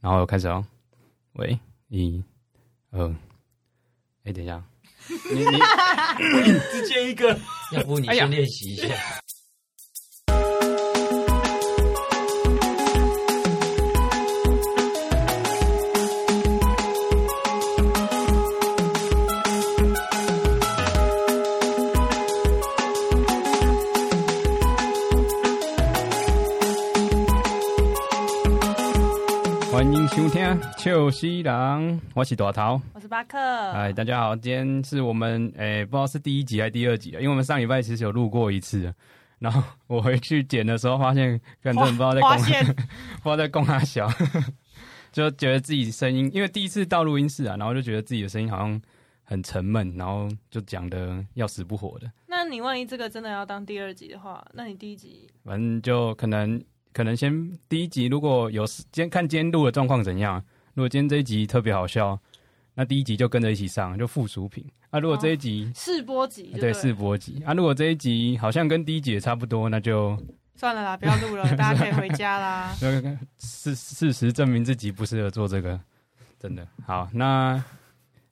然后开始哦，喂，一、二，哎、等一 下，你你直接一个。要不你哎呀先练习一下。欢迎收听《秋西郎》，我是大头。我是巴克。嗨，大家好，今天是我们诶、不知道是第一集还是第二集啊，因为我们上礼拜其实有录过一次，然后我回去剪的时候发现，反正不知道在花公花 现不知道在供他小， 就觉得自己声音，因为第一次到录音室啊，然后就觉得自己的声音好像很沉闷，然后就讲的要死不活的，那你万一这个真的要当第二集的话，那你第一集反正就可能可能先第一集如果有时今天看今天录的状况怎样，如果今天这一集特别好笑，那第一集就跟着一起上，就附属品啊。如果这一集、试播集就哎对，哦对，试播集啊。如果这一集好像跟第一集也差不多，那就算了啦，不要 录了，大家可以回家啦。那个事事实证明自己不适合做这个，真的。好，那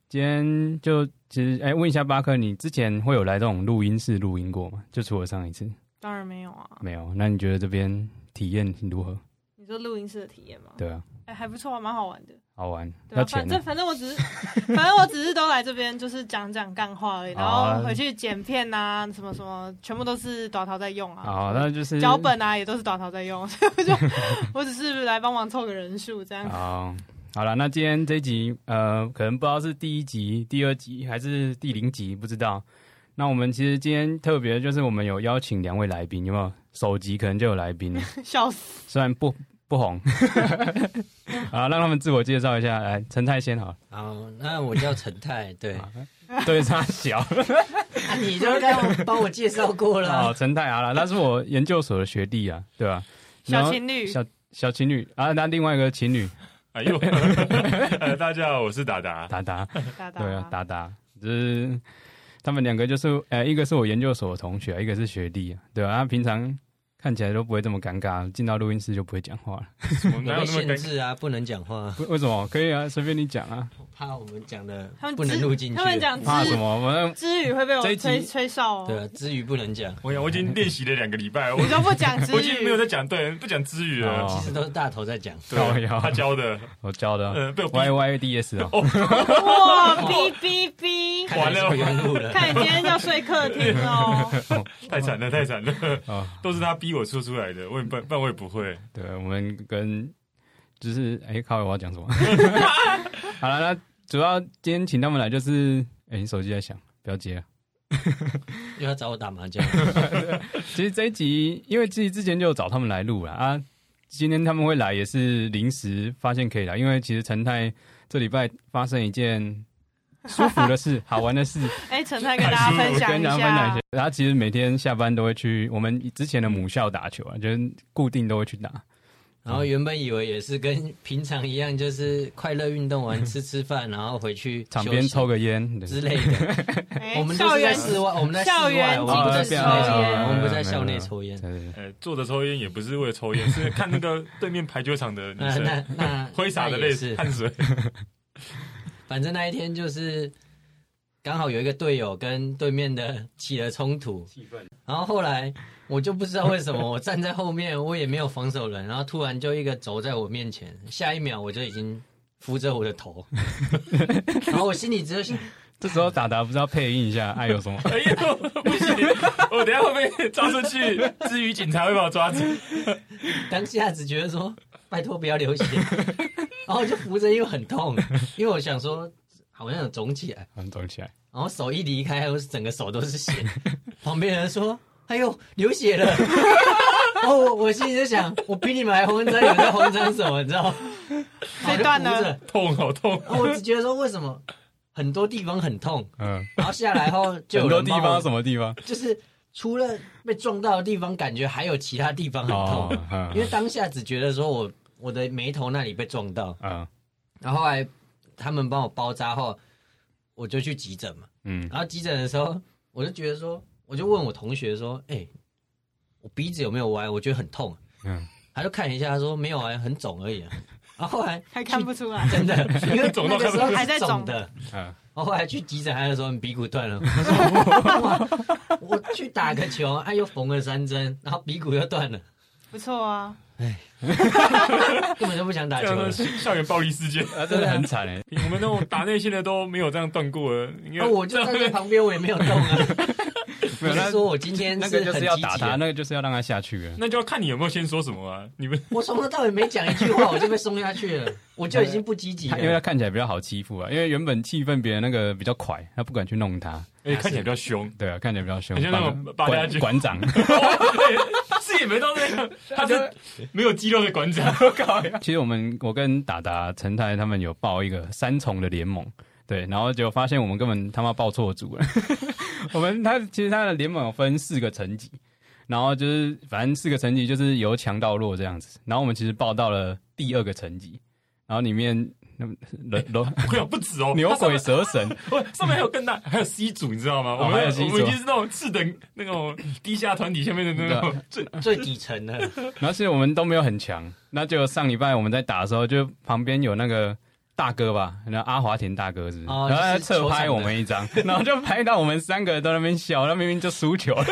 今天就其实哎、问哎一下巴克，你之前会有来这种录音室录音过吗？就除了上一次当然没有啊，没有。那你觉得这边体验如何？你说录音室的体验吗？对啊，哎，还不错啊，蛮好玩的。好玩，对要啊，钱反的正。反正我只是，反正我只是都来这边就是讲讲干话而已，好然啊后回去剪片呐、什么什么，全部都是短桃在用啊。好，嗯那就是脚本啊，也都是短桃在用，所以 我就我只是来帮忙凑个人数这样。好，好了，那今天这一集呃，可能不知道是第一集、第二集还是第零集，不知道。那我们其实今天特别就是我们有邀请两位来宾，有没有？首集可能就有来宾了，笑死！虽然不不 红。好，让他们自我介绍一下。来，陈太先好了，好，那我叫陈泰，对，好对他 小。啊、你就刚帮我介绍过了哦好，啊。哦陈太好了，他是我研究所的学弟啊，对吧、然小后情侣，小小情侣啊，那另外一个情侣哎呦， 呃大家好，我是 达达。达达。大大对啊，达达，就是他们两个就是，呃，一个是我研究所的同学，一个是学弟啊，对啊，他平常看起来都不会这么尴尬，进到录音室就不会讲话了。有我哪被有那么限尴尬？制啊，不能讲话，不为什么？可以啊，随便你讲啊，怕我们讲的他们不能知录进去。他们讲怕知什么？我们知语会被我这一吹集吹哨对哦。啊，之余不能讲，我想我已经练习了两个礼拜，我你都不讲知 我已经没有语，在讲对，不讲之语了哦。其实都是大头在 讲。靠对，啊腰他教的，我教的啊呃，被我逼 Y Y D S 哦，哇哔哔哔！看来是不用录了，看你今天要睡客厅哦。太惨了，太惨了，哦，都是他逼我说出来的，我也不，不然我也不会。对，我们跟就是哎，靠，我要 讲什么？好了，那主要今天请他们来就是，哎，你手机在响，不要接啊。又要找我打麻 将。其实这一集，因为自己之前就有找他们来录了啊，今天他们会来也是临时发现可以来，因为其实陈太这礼拜发生一件舒服的 事、好玩的事，哎，陈太跟大家分跟享一大家分享一下下。。他其实每天下班都会去我们之前的母校打球啊，就是固定都会去打。然后原本以为也是跟平常一样，就是快乐运动完吃吃饭，然后回去场休边息抽个烟，对之类的。 哎我们都校是在园室外，我们在室校外，哦园我们不在禁室止抽内抽烟烟，我们不在校内抽烟。对对对呃，坐着抽烟也不是为了抽 烟，是看那个对面排球场的女那生那那挥洒的那也泪是，汗水。 反正那一天就是刚好有一个队友跟对面的起了冲突，然后后来我就不知道为什么，我站在后面，我也没有防守人，然后突然就一个走在我面前，下一秒我就已经扶着我的头，然后我心里只有想，这时候打打不知道配音一下，爱有什 么？哎呦，不行，我等一下会被抓出去，至于警察会把我抓走。当下只觉得说拜托不要流血，然后我就扶着，因为很痛，因为我想说好像有肿起来。好，走嗯起来。然后手一离开，我整个手都是血。 旁边人说：“哎呦，流血了！”哦，我我心里就想，我比你们还慌张，你们在慌张什么？你知道吗？谁断了然后就扶着痛，好痛！然后我只觉得说，为什么很多地方很痛，嗯，然后下来后就有很多人哦地帮我方什么地方？就是除了被撞到的地方，感觉还有其他地方很哦痛，，嗯因为当下只觉得说我我的眉头那里被撞到，嗯然后后来他们帮我包扎后，我就去急诊嘛。嗯，然后急诊的时候，我就觉得说，我就问我同学说，哎、我鼻子有没有歪？我觉得很痛。嗯嗯，他就看一下说没有啊，很肿而已、啊。然后后来还看不出来，真的，因为肿那到个时候看不出来还在肿的。啊，然后后来去急诊，他就说你鼻骨断了。我说哇我去打个球，哎、又缝了三针，然后鼻骨又断了，不错啊。根本就不想打这球样的了。校校园暴力事件，啊真的很惨哎，我们那种打内线的都没有这样断过了。应该啊，我就站在旁边，我也没有动啊。没不有是那说我今天那个很就是积要极打他，的，那个就是要让他下去了。那就要看你有没有先说什么啊！你们我从头到尾没讲一句话，我就被送下去了，我就已经不积极他因为了他。看起来比较好欺负啊，因为原本气氛别人那个比较快，他不敢去弄他，哎、看起来比较 凶，对啊，看起来比较凶，很像那种八家馆将馆长。哦哎是也没到那样，他是没有肌肉的馆长，搞呀！其实我们我跟达达、陈泰他们有报一个三重的联盟，对，然后就发现我们根本他妈报错组了。 我们他其实他的联盟有分四个层级，然后就是反正四个层级就是由强到弱这样子。然后我们其实报到了第二个层级，然后里面那人人我讲不止哦，牛他上鬼面蛇神，不上面还有更大，还有 C 组，你知道吗？我还有们 C 组我们已经是那种次等那种地下团体下面的那种最 最底层的，然后其实我们都没有很强。那就上礼拜我们在打的时候，就旁边有那个大哥吧，然后阿华田大哥是不是，哦然后他就是球侧场拍的我们一张， 然后就拍到我们三个都在那边笑，那明明就输 球了。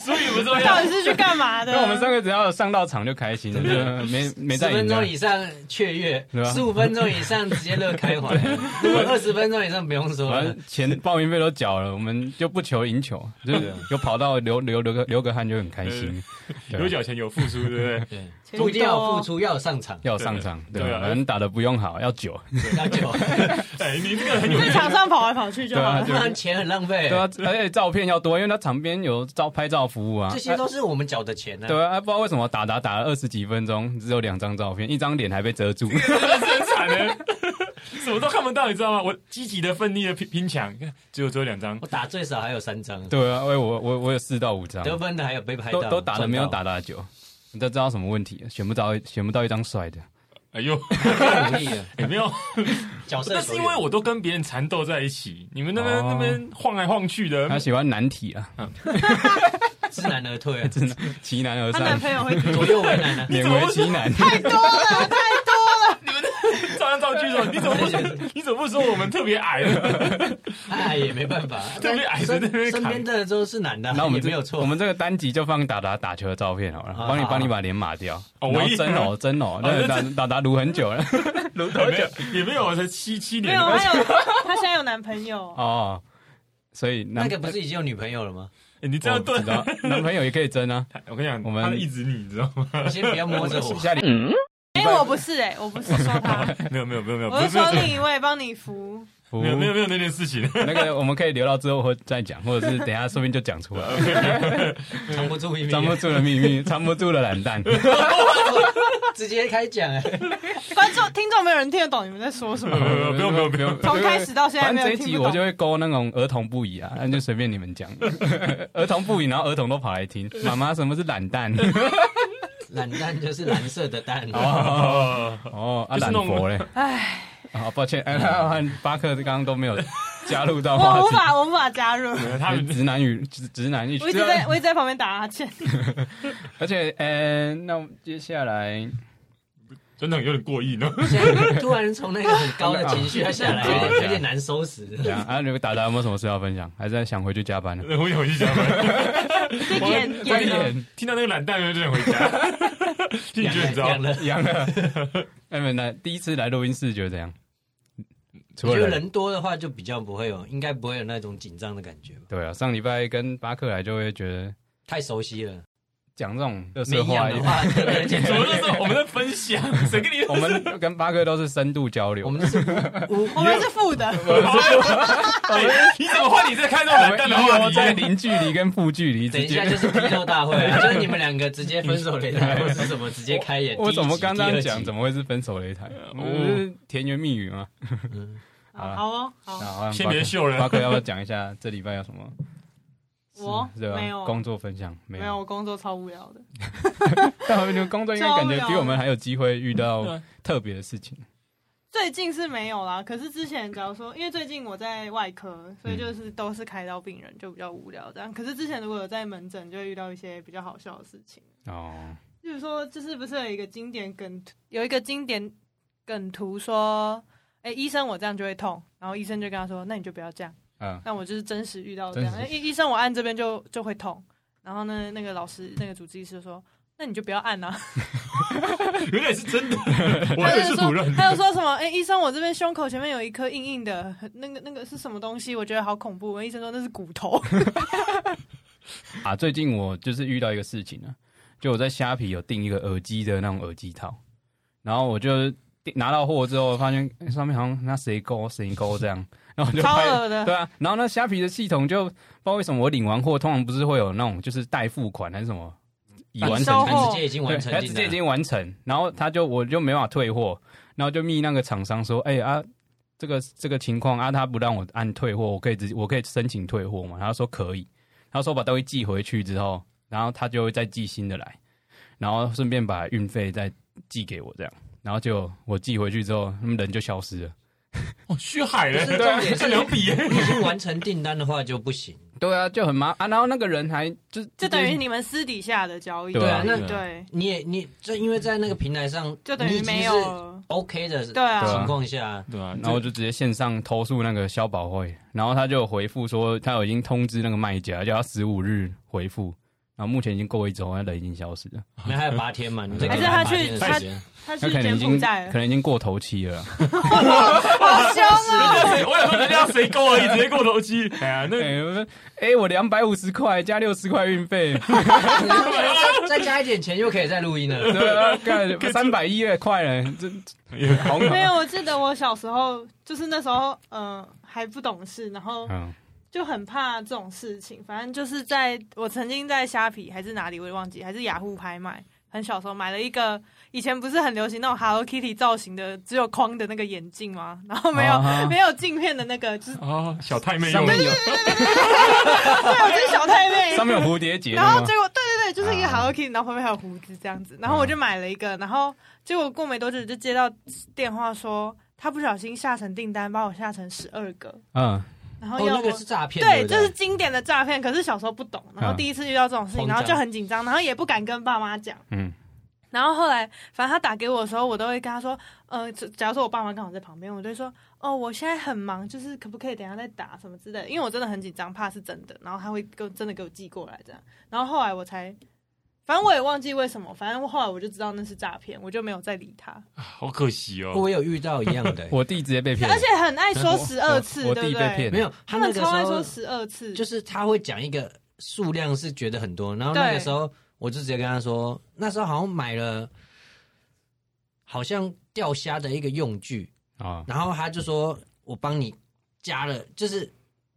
所以不重要到。底是去干嘛的？啊那我们三个只要有上到场就开心，就没没十在分赢钟的。以上雀跃对啊吧，十五分钟以上直接乐 开怀，如果二十分钟以上不用说反了正。钱报名费都缴了，我们就不求赢球，就是有跑到流流流个流个汗就很开心，对啊有脚钱有付出，对不啊对？对，钱不一定要多付出，要有上场，要上场，对对啊吧？对啊反正打的不用好，要久，要球，哎，你这个很有在场上跑来跑去就好了。不然钱很浪 费对。啊，而且照片要多，因为他场边有照拍照服务啊这。些都是我们缴的钱呢。对啊，不知道为什么打打打了二十几分钟，只有两张照片，一张脸还被遮住。 生产 的，什么都看不到，你知道吗？我积极的、奋力的拼拼抢，只有只有两张我，打最少还有三张，对啊，我我我我有四到五张，得分的还有被拍到都，都打的没有撞打打久，你都知道什么问题？选不到选不到一张帅的。哎呦，到，太努力了。也没有。 角色那是因为我都跟别人缠斗在一起，你们那边哦那边晃来晃去的他，喜欢难题啊，我知难而退啊，奇难而她男上，朋友会左右为 难啊。勉为其难。照来照去说， 你怎么不，你怎么不说我们特别矮呢？哎，也没办法，特别矮在那边身身边扛，的都是男的啊，那我们也这没有我错。们这个单集就放达达打球的照片好了，好帮你好帮你好把脸码掉。哦然我后一真哦真哦，那个那达达达撸很久了没有，也没有，啊才七七没年有，，啊还有她现在有男朋友，哦，所以那男个不是已经有女朋 友了吗？哎你这样我对知，道男朋友也可以争啊。我跟你讲，我们，他一直你，你知道吗？你先不要摸着我 下礼哎，我不是哎，我不是说她，没有没有没有没有，我没是有没有说另一位帮你扶。服没有没有没有那件事情， 那个我们可以留到之后会再讲，或者是等一下说不定就讲出来。 藏不住一面藏，不住的秘密，藏不住的懒蛋。啊直接开讲哎。观众、听众没有人听得懂你们在说什 没有么，没有没有没有没有，从开始到现在反没正这有一人听集不我就懂。会勾那种儿童不宜啊，那就随便你们讲。 儿童不宜，然后儿童都跑来 听。妈妈，什么是懒蛋？懒蛋就是蓝 色的蛋，啊哦，哦，啊，就是懒那种佛嘞。唉，啊，抱歉，哎，那和巴克刚刚都没有加入 到话 我无题。法，我无法加入。他们直男与直直男一我一直在，我一直在旁边打哈欠。而且，呃，那接下来真的有点过意呢。现在 突然从那个很高的情绪下来，有点有点难收拾。这样啊，你们达达有没有什么事要分享？还是想回去加班呢？我想回去加班，就演快演了，点，听到那个懒蛋就想回家，你养觉得了你知道？养了，阳了。 哎，你们来第一次来录音室觉得怎样？除我了觉得人人多的话就比较不会有，应该不会有那种紧张的感觉吧？对啊，上礼拜跟巴克来就会觉得太熟悉了，讲这种没啊色营话养一的点。话，对对什么对都是我们在分享，谁跟你 我们跟巴克都是深度交流，我们就是无我们是负的，哎你怎么换你在看这种我们懒 蛋的话有题？在零距离跟负距离等之一下间。就是批斗大会，啊就是你们两个直接分手擂台，或是什么直接开演。我怎么刚刚讲，怎么？么会是分手擂台？嗯我们不是甜言蜜语吗？ 好好哦，那好，好像先巴克别嗯秀了巴克要不要讲一下这礼拜有什么？哦我对吧没有啊工作分享没没有，有，我工作超无聊的。但我们的工作应该感觉比我们还有机会遇到对特别的事情。最近是没有啦，可是之前假如说，因为最近我在外科，所以就是都是开刀病人，就比较无聊这样。可是之前如果有在门诊，就会遇到一些比较好笑的事情。哦，就是说，就是不是有一个经典梗图，有一个经典梗图说，哎、医生我这样就会痛，然后医生就跟他说，那你就不要这样。嗯，那我就是真实遇到这样，真实哎医医生我按这边就就会痛，然后呢，那个老师那个主治医师就说，那你就不要 按啊。原来是真的，我他也就是说，土人。他就说什么？哎、医生，我这边胸口前面有一颗硬硬的，那个那个是什么东西？我觉得好恐怖。医生说那是骨头。 啊，最近我就是遇到一个事情啊，就我在虾皮有订一个耳机的那种耳机套，然后我就订拿到货之后，发现、哎上面好像那谁勾谁勾这样， 然后我就超拍恶的对啊，然后那虾皮的系统就不知道为什么我领完货，通常不是会有那种就是代付款还是什么已完成收金货他直接已经对，完成他进直接来已了，经完成，然后他就我就没办法退货，然后就密那个厂商说，哎、啊，这个这个情况啊，他不让我按退货，我可以直我可以申请退货嘛？然后说可以，他说把东西寄回去之后，然后他就会再寄新的来，然后顺便把运费再寄给我这样，然后就我寄回去之后，他们人就消失了。哦，虚海了，不是重点是这两笔耶。已经完成订单的话就不行。对啊，就很麻啊，然后那个人还就就等于你们私底下的交易。对啊对啊那对，你也你就因为在那个平台上， 就等于没你已经是有。 OK 的对啊情况 下，对啊，然后我就直接线上投诉那个消保会，然后他就有回复说他有已经通知那个卖家，叫他十五日回复，然后目前已经过一周，那人已经消失了，那还有八天嘛，你再给还是他他八去天的时间。他他去可能柬已埔经寨可了，能已经过头期了啦，好凶 啊！谁我想说人家谁勾而已，直接过头机。哎呀，那哎、我说哎我两百五十块加六十块运费， 再加一点钱就可以再录音 了。对啊，干三百一块了，这这好没有，我记得我小时候就是那时候，嗯、还不懂事，然后 嗯，就很怕这种事情。反正就是在我曾经在虾皮还是哪里，我也忘记，还是雅虎拍卖，很小时候买了一个，以前不是很流行那种 Hello Kitty 造型的，只有框的那个眼镜吗？然后没有、啊没有镜片的那个，就是哦，小太妹上用的面有对，啊我就是小太妹。上面有蝴蝶结的 然后吗结？果，对对对，就是一个啊 Hello Kitty，然后旁边还有胡子这样子。然后我就买了一个，然后结果过没多久就接到电话说，他不小心下成订单，帮我下成十二个，嗯，然后哦，要那我、个是诈骗，对，对不就对，是经典的诈骗。可是小时候不懂，然后啊第一次遇到这种事情，慌然后张就很紧张，然后也不敢跟爸妈讲。嗯，。然后后来，反正他打给我的时候，我都会跟他说，呃，只假如说我爸妈刚好在旁边，我就会说，哦，我现在很忙，就是可不可以等一下再打什么之类的，因为我真的很紧张，怕是真的。然后他会给我真的给我寄过来这样。然后后来我才，反正我也忘记为什么，反正后来我就知道那是诈骗，我就没有再理他。好可惜哦。我有遇到一样的 我弟直接被骗了，而且很爱说十二次，我我对弟不被对？骗没有，他他那们个时超爱说候十二次，就是他会讲一个数量是觉得很多，然后那对个时候我就直接跟他说，那时候好像买了，好像钓虾的一个用具，啊，然后他就说我帮你加了，就是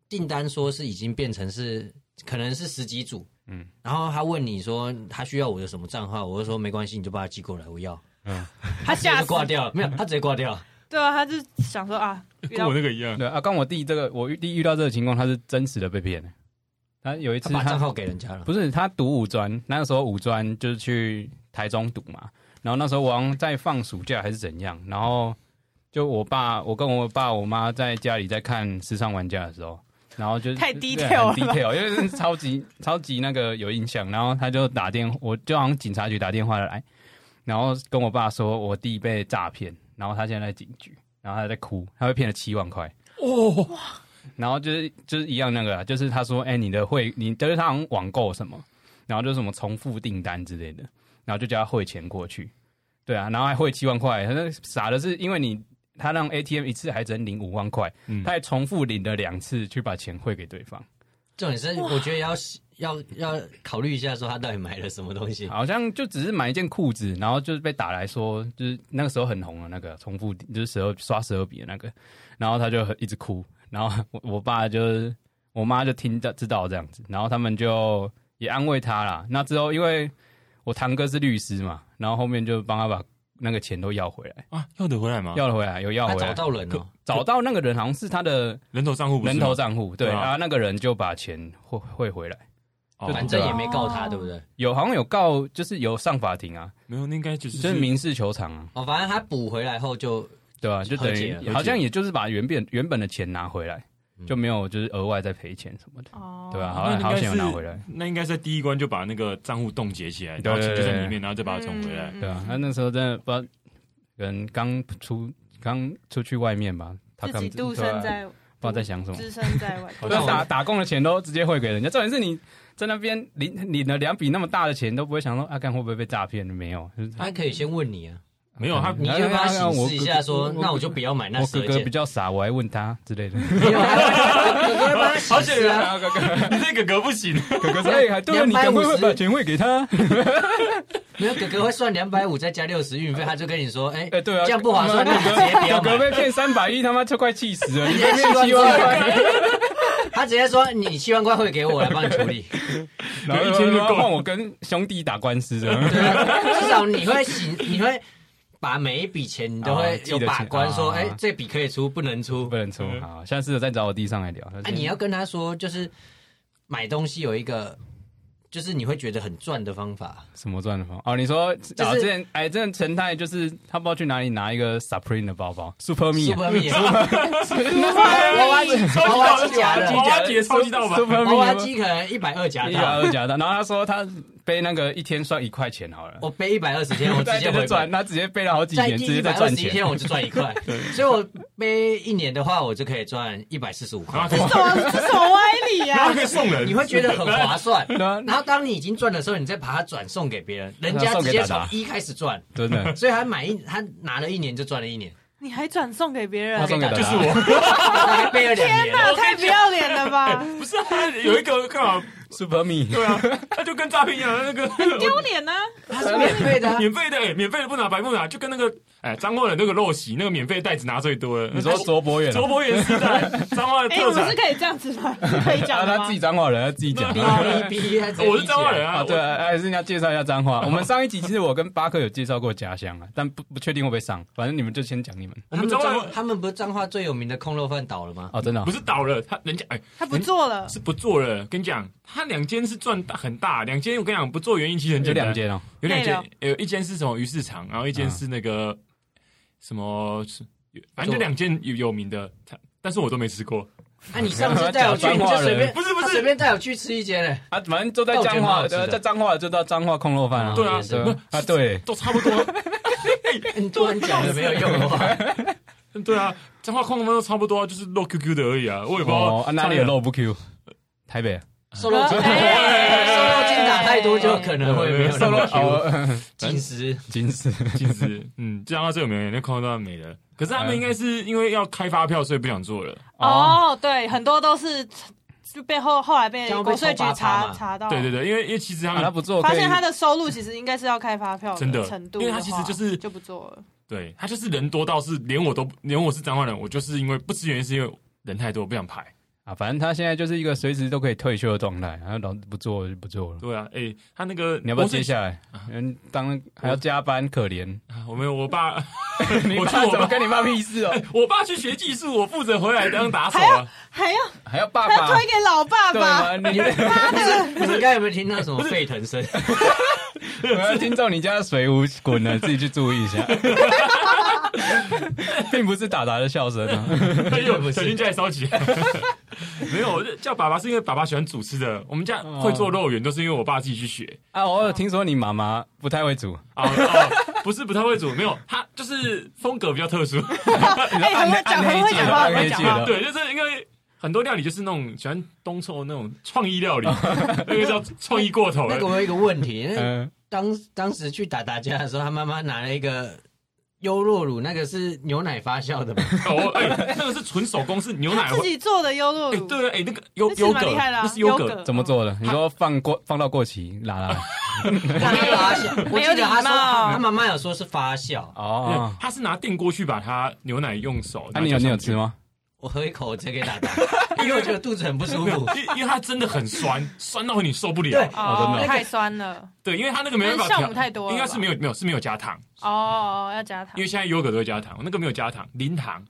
订单说是已经变成是可能是十几组，嗯嗯，然后他问你说他需要我的什么账号，我就说没关系，你就把它寄过来，我要，他直接吓就死，挂掉了，没有，他直接挂掉了，对啊，他就想说 啊，遇跟到我那个一样，对啊，刚我弟这个我弟遇到这个情况，他是真实的被骗的，他有一他次把他账号给人家了，不是他读五专，那时候五专就是去台中读嘛，然后那时候我好像在放暑假还是怎样，然后就我爸，我跟我爸我妈在家里在看《时尚玩家》的时候，然后就太低 detail 了吧 detail，因为是超级超级那个有印象，然后他就打电，我就好像警察局打电话来，哎然后跟我爸说我弟被诈骗，然后他现在在警局，然后他在哭，他被骗了七万块。哦，然后就是就是一样那个啦，就是他说，哎、你的汇，你就是他好像网购什么，然后就是什么重复订单之类的，然后就叫他汇钱过去，对啊，然后还汇七万块，他那傻的是因为你他让 ATM 一次还只能领五万块，嗯他还重复领了两次去把钱汇给对方，重点是我觉得要要要考虑一下说他到底买了什么东西， 好像就只是买一件裤子，然后就是被打来说，就是那个时候很红的那个重复就是十二刷十二笔的那个，然后他就很一直哭，然后我我爸就是我妈就听到知道这样子，然后他们就也安慰他啦。那之后因为我堂哥是律师嘛，然后后面就帮他把那个钱都要回来，啊，要得回来吗？要了回来有要他回找来，到人哦，找到那个人好像是他的人头账户不是人吗头账户，对，对啊然后那个人就把钱汇汇回来，哦就反正也没告他，哦对不对？有好像有告，就是有上法庭啊，没有，那应该就是就是民事求偿啊。哦，反正他补回来后就对啊，就等和解于了好像也就是把原本原本的钱拿回来，就没有就是额外再赔钱什么的，哦，对吧、好嗯啊那像应好该险有拿是回来，那应该是在第一关就把那个账户冻结起来，对然后钱就对在对里面，然后再把嗯它转回来。对啊，那那时候真的不知道，人刚出刚出去外面吧，他自可己能度对啊身在不知道在想什么。置身在外，好那像打打工的钱都直接汇给人家，重点是你在那边领领了两笔那么大的钱，都不会想说啊阿干、干会不会被诈骗？没有，就是他可以先问你啊，没有他嗯你就帮他啊啊啊显我示一下哥说，我那我就不要买那我十哥二哥件比。较傻，我还问他之类的。没 有啊哥哥会帮他好显险示啊，啊，你这个格不行，哥哥说：“哎，还对啊，你赶快会把钱汇给他。没有哥哥会算两百五再加六十运费，他就跟你说，哎、哎对啊这样不划算，那你直接不哥要哥买。被骗三百亿，他妈就快气死了！你你被在骗七七万万块块，他直接说你七万块汇给我来帮你处理，然后对一一千千就就够了换我跟兄弟打官司了。对啊，至少你会醒，你会把每一笔钱你都会哦记有得把关钱说，哦哎、这笔可以出，不能出不。能出，好，下次再找我弟上来聊。啊，你要跟他说，就是买东西有一个，就是你会觉得很赚的方法。什么赚的方？哦，你说啊，之前哎，之前陈太就是他不知道去哪里拿一个 Supreme 的包包，Super Me 啊 Super Me，娃娃机，娃娃机假超级的，娃娃姐超级盗版，Super 娃 Me 娃啊机可能一百二假一百的，二加的，然后他说他背那个一天算一块钱好了，我背一百二十天，我直在接就回本赚，。他直接背了好几在年，第直接一在百二赚十一钱天。我就赚一块，所以我背一年的话，我就可以赚一百四十五然块后可。以什么这什么歪理然后啊？啊可以送人，你会觉得很划算，对啊，然后当你已经赚的时候，你再把它转送给别人，人那家送直给接达从达一开始赚，真的， 所以他买一他拿了一年就赚了一年，你还转送给别人他？送给大就是家。我，他还背了两年。那太不要脸了吧！不是啊，他有一个干嘛？ Super Me，对啊，他就跟诈骗一样，那个丢脸啊！他是免费的啊、 免费的，哎，免费的不拿白不拿，就跟那个哎张国仁那个陋习，那个免费袋子拿最多了。你 说卓博远啊，卓博远时代，彰化的哎，我特们是产，可以这样子吗？是可以讲啊，的他吗自？己脏话人，他自己讲。哔哔哔，我是彰化人啊。啊，啊，对啊，还是你要介绍一下脏话。我们上一集其实我跟巴克有介绍过家乡啊，但不不确定会不会上，反正你们就先讲你们。他们我们彰化彰他们不是彰化最有名的空肉饭倒了 吗？哦，真的哦不，是倒了，他人家哎他不做了，是不做了。跟你讲，他两间是赚大很大，两间我跟你讲不做原因其实很有简单，两间哦，有两内间，有一间是什么鱼市场，然后一间是那啊个什么，是反正就两间有有名的，它但是我都没吃过。那啊你上次带我去，你就随便不是不他是随便带我去吃一间嘞。啊，反正都在但我觉彰得蛮化，好吃的在彰化就到彰化空肉饭啊。对啊也对是啊啊，对，都差不多。 你突然讲了没有用啊？对啊，彰化矿工都差不多，就是肉 QQ 的而已啊，我也不知道哦，啊哪里有肉不 Q？台北啊瘦肉精，瘦肉精打太多就可能会没有那么 Q。哦，进食金丝其实， 嗯，彰化最有名的那矿工都要没了。可是他嗯们应该是因为要开发票，所以不想做了。哦，哦，对，很多都是就被后后来被这样会国被税局抽八趴查嘛查到，对对对，因为因为其实他啊们他不做，发可以现他的收入其实应该是要开发票真的程度的话，因为他其实就是就不做了。对他就是人多到是连我都连我是彰化人，我就是因为不吃原因是因为人太多不想排。啊，反正他现在就是一个随时都可以退休的状态，然后老子不做就不做了。对啊，哎、他那个你要不要国税接下来？嗯，当还要加班，可怜。啊我们我爸， 你我去爸我怎么爸，跟你爸屁事哦？我爸去学技术，我负责回来当打手啊。 还要 还要爸还要爸推给老爸对爸，吗？你妈的！你们刚才有没有听到什么沸腾声？我要听众，你家的水壶滚了，自己去注意一下， 并不是达达的笑声啊。哎 对不起呦，小心家里烧起来。 没有，我就叫爸爸是因为爸爸喜欢煮吃的。我们家哦会做肉圆，都是因为我爸自己去学啊，我有听说你妈妈不太会煮，啊、哦不是不太会煮，没有，他就是风格比较特殊。哎，很会讲，很会讲话，暗很黑会 界讲的话。啊对，就是因为很多料理就是那种喜欢东凑那种创意 料理，那个叫创意过头那了个。我有一个问题，那嗯，当当时去打打架的时候，他妈妈拿了一个优酪乳，那个是牛奶发酵的吧？哦，哎、那个是纯手工，是牛奶自会。己做的优酪哎、乳，对了，哎、那个优那其优实蛮格，厉害的啊那是优优格格。呃怎么 做的？你说放过放到过期，啦啦啦。啊没有我记得他想，啊我记得他礼说貌啊他妈妈有说是发酵，哦，他是拿电锅去把它牛奶用手。啊那你有然后加你上有去吃？吗？我喝一口我直接给打打，因为我觉得肚子很不舒没有服。因为因为它真的很酸， 酸到你受不了。对哦真的太酸了，对，因为它那个没办法那酵调母，太多了吧，应该是没有没有是没有加糖，哦，要加糖因为，现在优格都会加糖，那个没有加糖，零糖，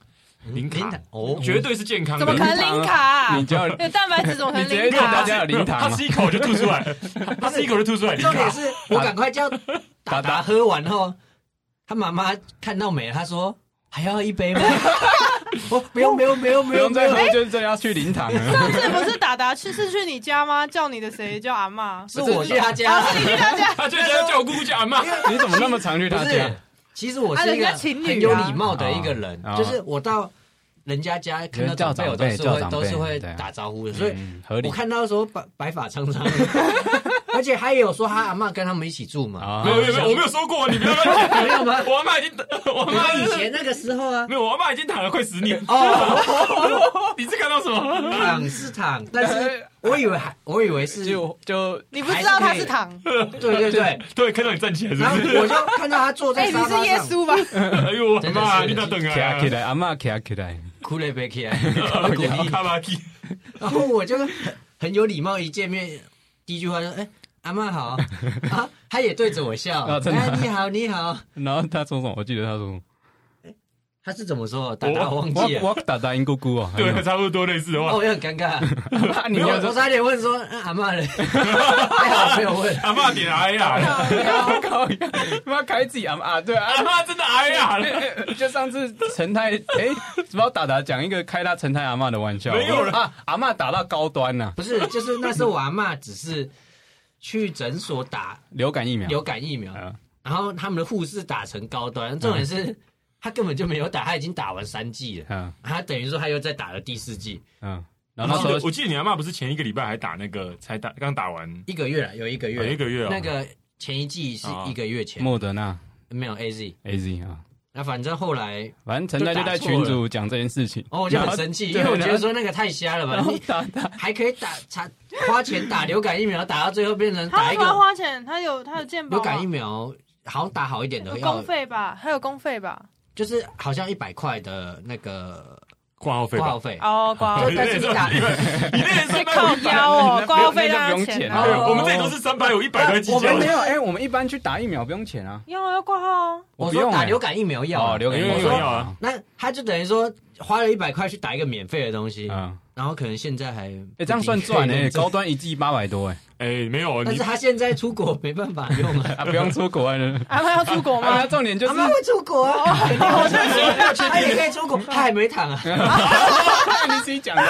嗯零卡哦，绝对是健康的。怎么可能零糖啊零卡啊？你 叫有蛋白质怎么可你能直接零叫大卡？家有零糖啊他吗？吃一口就吐 出来，他吃一口就吐出来，零重点卡。是我赶快 叫打打 喝完后，他妈妈看到没了，他说还要一杯吗？哦，不用不用不用不不用用，再喝，就是真的要去灵堂了。这不是达达去是去你家吗？叫你的谁叫阿嬷？是我去他家啊，，是你去他家。他就叫叫我姑姑叫阿妈， 你怎么那么常去不他是家？。其实我啊是人一个家情侣啊很有礼貌的一个人啊，就是我到人家家看到长辈，我都是叫长辈会都是会对啊打招呼的，所以嗯合理我看到的时候白白发苍苍的， 而且还有说他阿嬷跟他们一起住嘛，啊没有没有没有，我没有说过，你不要乱讲。没有吗？我阿妈已经，我阿你妈们以前那个时候啊，没有，我阿妈已经躺了快十 年。哦，你是看到什么？ 躺是躺，但是我以为还我以为是，对就就你不知道他是糖，对对，对，看到你站起来是然后 不是？我就看到他坐哎、在你沙是发耶上，稣吧？哎呦，我阿真的妈，是你哪等卡起啊？来，阿妈卡起来，哭了别起来，哭了哭卡巴基，然后我就很很有礼貌，一见面第一句话就哎、阿嬷好啊，他也对着我笑，啊真的哎你好你好，然后他说什么？我记得他说什么他是怎么说？打打我忘记了我，我打打赢姑姑哦，还有对，差不多类似的哦，话。我也很尴尬，啊你没有要我差点问说、啊、阿嬷嘞，还好没有问，阿妈点 哎呀，搞一样，妈开自己啊啊，对啊。阿妈真的哎啊呀， 就上次陈太哎，不要打打讲一个开他陈太阿嬷的玩笑，没有了啊，阿嬷打到高端啊呐，不是，就是那时候我阿嬷只是去诊所打流感疫苗，流感疫苗，啊然后他们的护士打成高端，重点是。他根本就没有打，他已经打完三剂了，嗯他等于说他又在打了第四剂，嗯，然我后那记时得候我记得你阿妈不是前一个礼拜还打那个，才打刚打完一个月了，有一个月有了，一个月哦那个前一季是一个月前，莫德纳没有 AZ。 A Z 啊，那反正后来，反正陈太就在群主讲这件事情，哦，我就很生气，因然为后啊我觉得说那个太瞎了然 吧，后你打打还可以打打花钱打流感疫苗，打到最后变成他打为一什么要个花钱？他有他有健保吗流感疫苗，好像打好一点的有要公，费吧？还有公费吧？就是好像一百块的那个挂号费挂吧号。费，哦，挂号费对但是你打，你那 也是在卖我靠一百腰哦，挂号费那要就不用钱钱啊啊对哦我们这里都是三百，有一百块计我较们。没有哎，我们一般去打疫苗不用钱啊，要啊要挂号啊！我我不用说打欸流感疫苗要哦，啊，流感疫因为苗有药啊，那他就等于说花了一百块去打一个免费的东西，嗯，然后可能现在还哎哎，这样算赚哎，高端一剂八百多哎，哎，没有，但你是他现在出国没办法用啊， 啊，不用出国外了。 阿妈要出国吗？啊，重点 就是哦阿妈会出国啊， 他也可以出国，他还没 躺啊，你自己讲的，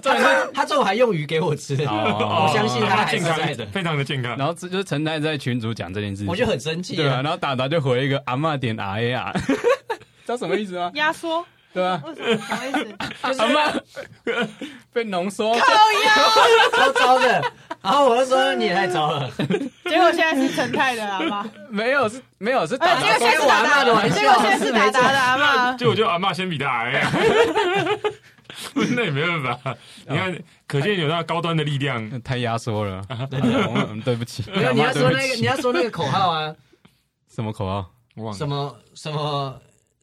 重点是。他中午还用鱼给我吃，哦我相信他还是健康 在的非常的健康。然后这就是陈太在群主讲这件事情，我就很生气对啊，啊。然后达达就回一个阿嬷点 R A R，知 道什么意思吗？压缩？对吧？为什么？什么意 思？阿嬷 被浓缩，啊 超糟的，然后我就说你也太糟了，结果现在是陈太的阿妈，没有是，没有是哎，达达结果现在是开达我阿达嬷的玩笑结果现在是达达的阿 妈。就我觉得阿妈先比他矮、 啊，那也没办法。你看，可见有那高端的力量。太压缩了，我们 对不起，没有你要说阿嬷那对个不起你要说那个口 号啊，什么口号？我忘什了，么什么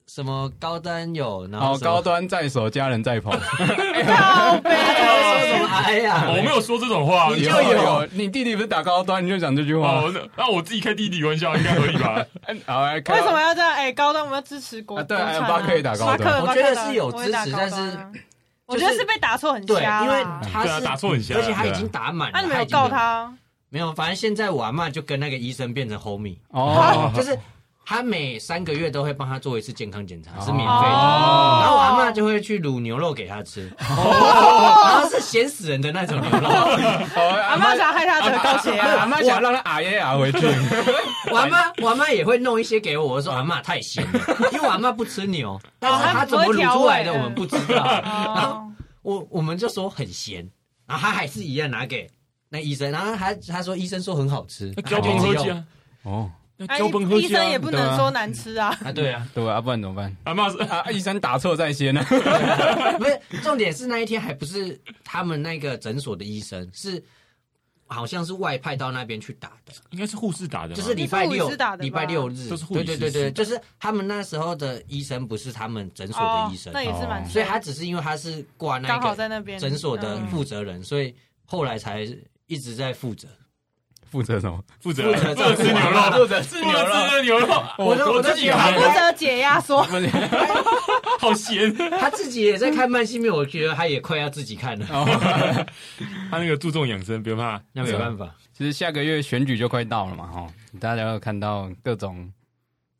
什么高端有，然后好什么哦高，端在手，家人在捧，靠 背，说 什么哎呀，哦我没有说这种话。你就知道吗有你弟弟不是打高端，你就讲这句话，哦，那那我自己开弟弟玩笑应该合理 吧？好，来为看什么要这样？哎，高端我们要支持国啊对国产啊还有巴克也打高端巴克我觉得巴克是有支持我也打高端啊但我觉得是被打错很对，瞎啦因为他对啊，是打错很瞎而。且他已经打满了，啊，你们他有已经告他？没有？反正现在我阿嬷就跟那个医生变成 homie，哦， 就是他每三个月都会帮他做一次健康检查，是免费的。哦然后我阿妈就会去卤牛肉给他吃，然后是咸死人的那种牛肉。哦阿阿妈嬷啊想要害他得高血啊阿压，妈想让他阿爷阿回去，我阿妈，我阿妈也会弄一些给我，我说阿妈太咸了，因为我阿妈不吃牛，但是她怎么卤出来的我们不知道。 哦我我们就说很咸，然后她还是一样拿给那医生，然后她她说医生说很好 吃，那交崩喝鸡啊，哦，那哎交崩喝医鸡生也啊。不能说难吃啊，啊对啊，对啊，不然怎么办？阿妈是啊，医生打错在先呢。 不是重点是那一天还不是他们那个诊所的医生是。好像是外派到那边去打的， 应该是护士打的吧，就是礼拜那是护六士打的，吧礼拜六日，都是护对理对师对对，是就是他们那时候的医生不是他们嗯诊所哦的医生，那也是蛮，哦所以他只是因为他是挂那刚好个在那边诊所的嗯负责人，所以后来才一直在负责。 负责什么？负责负责照吃顾牛阿肉， 负责吃负责吃牛肉，我都我我都自觉己得喊负责解压 缩，好咸。他自己也在看慢性病，我觉得他也快要自己看了，哦哦他那个注重养生，不用怕。那没办法。其实下个月选举就快到了嘛，哈，大家有看到各种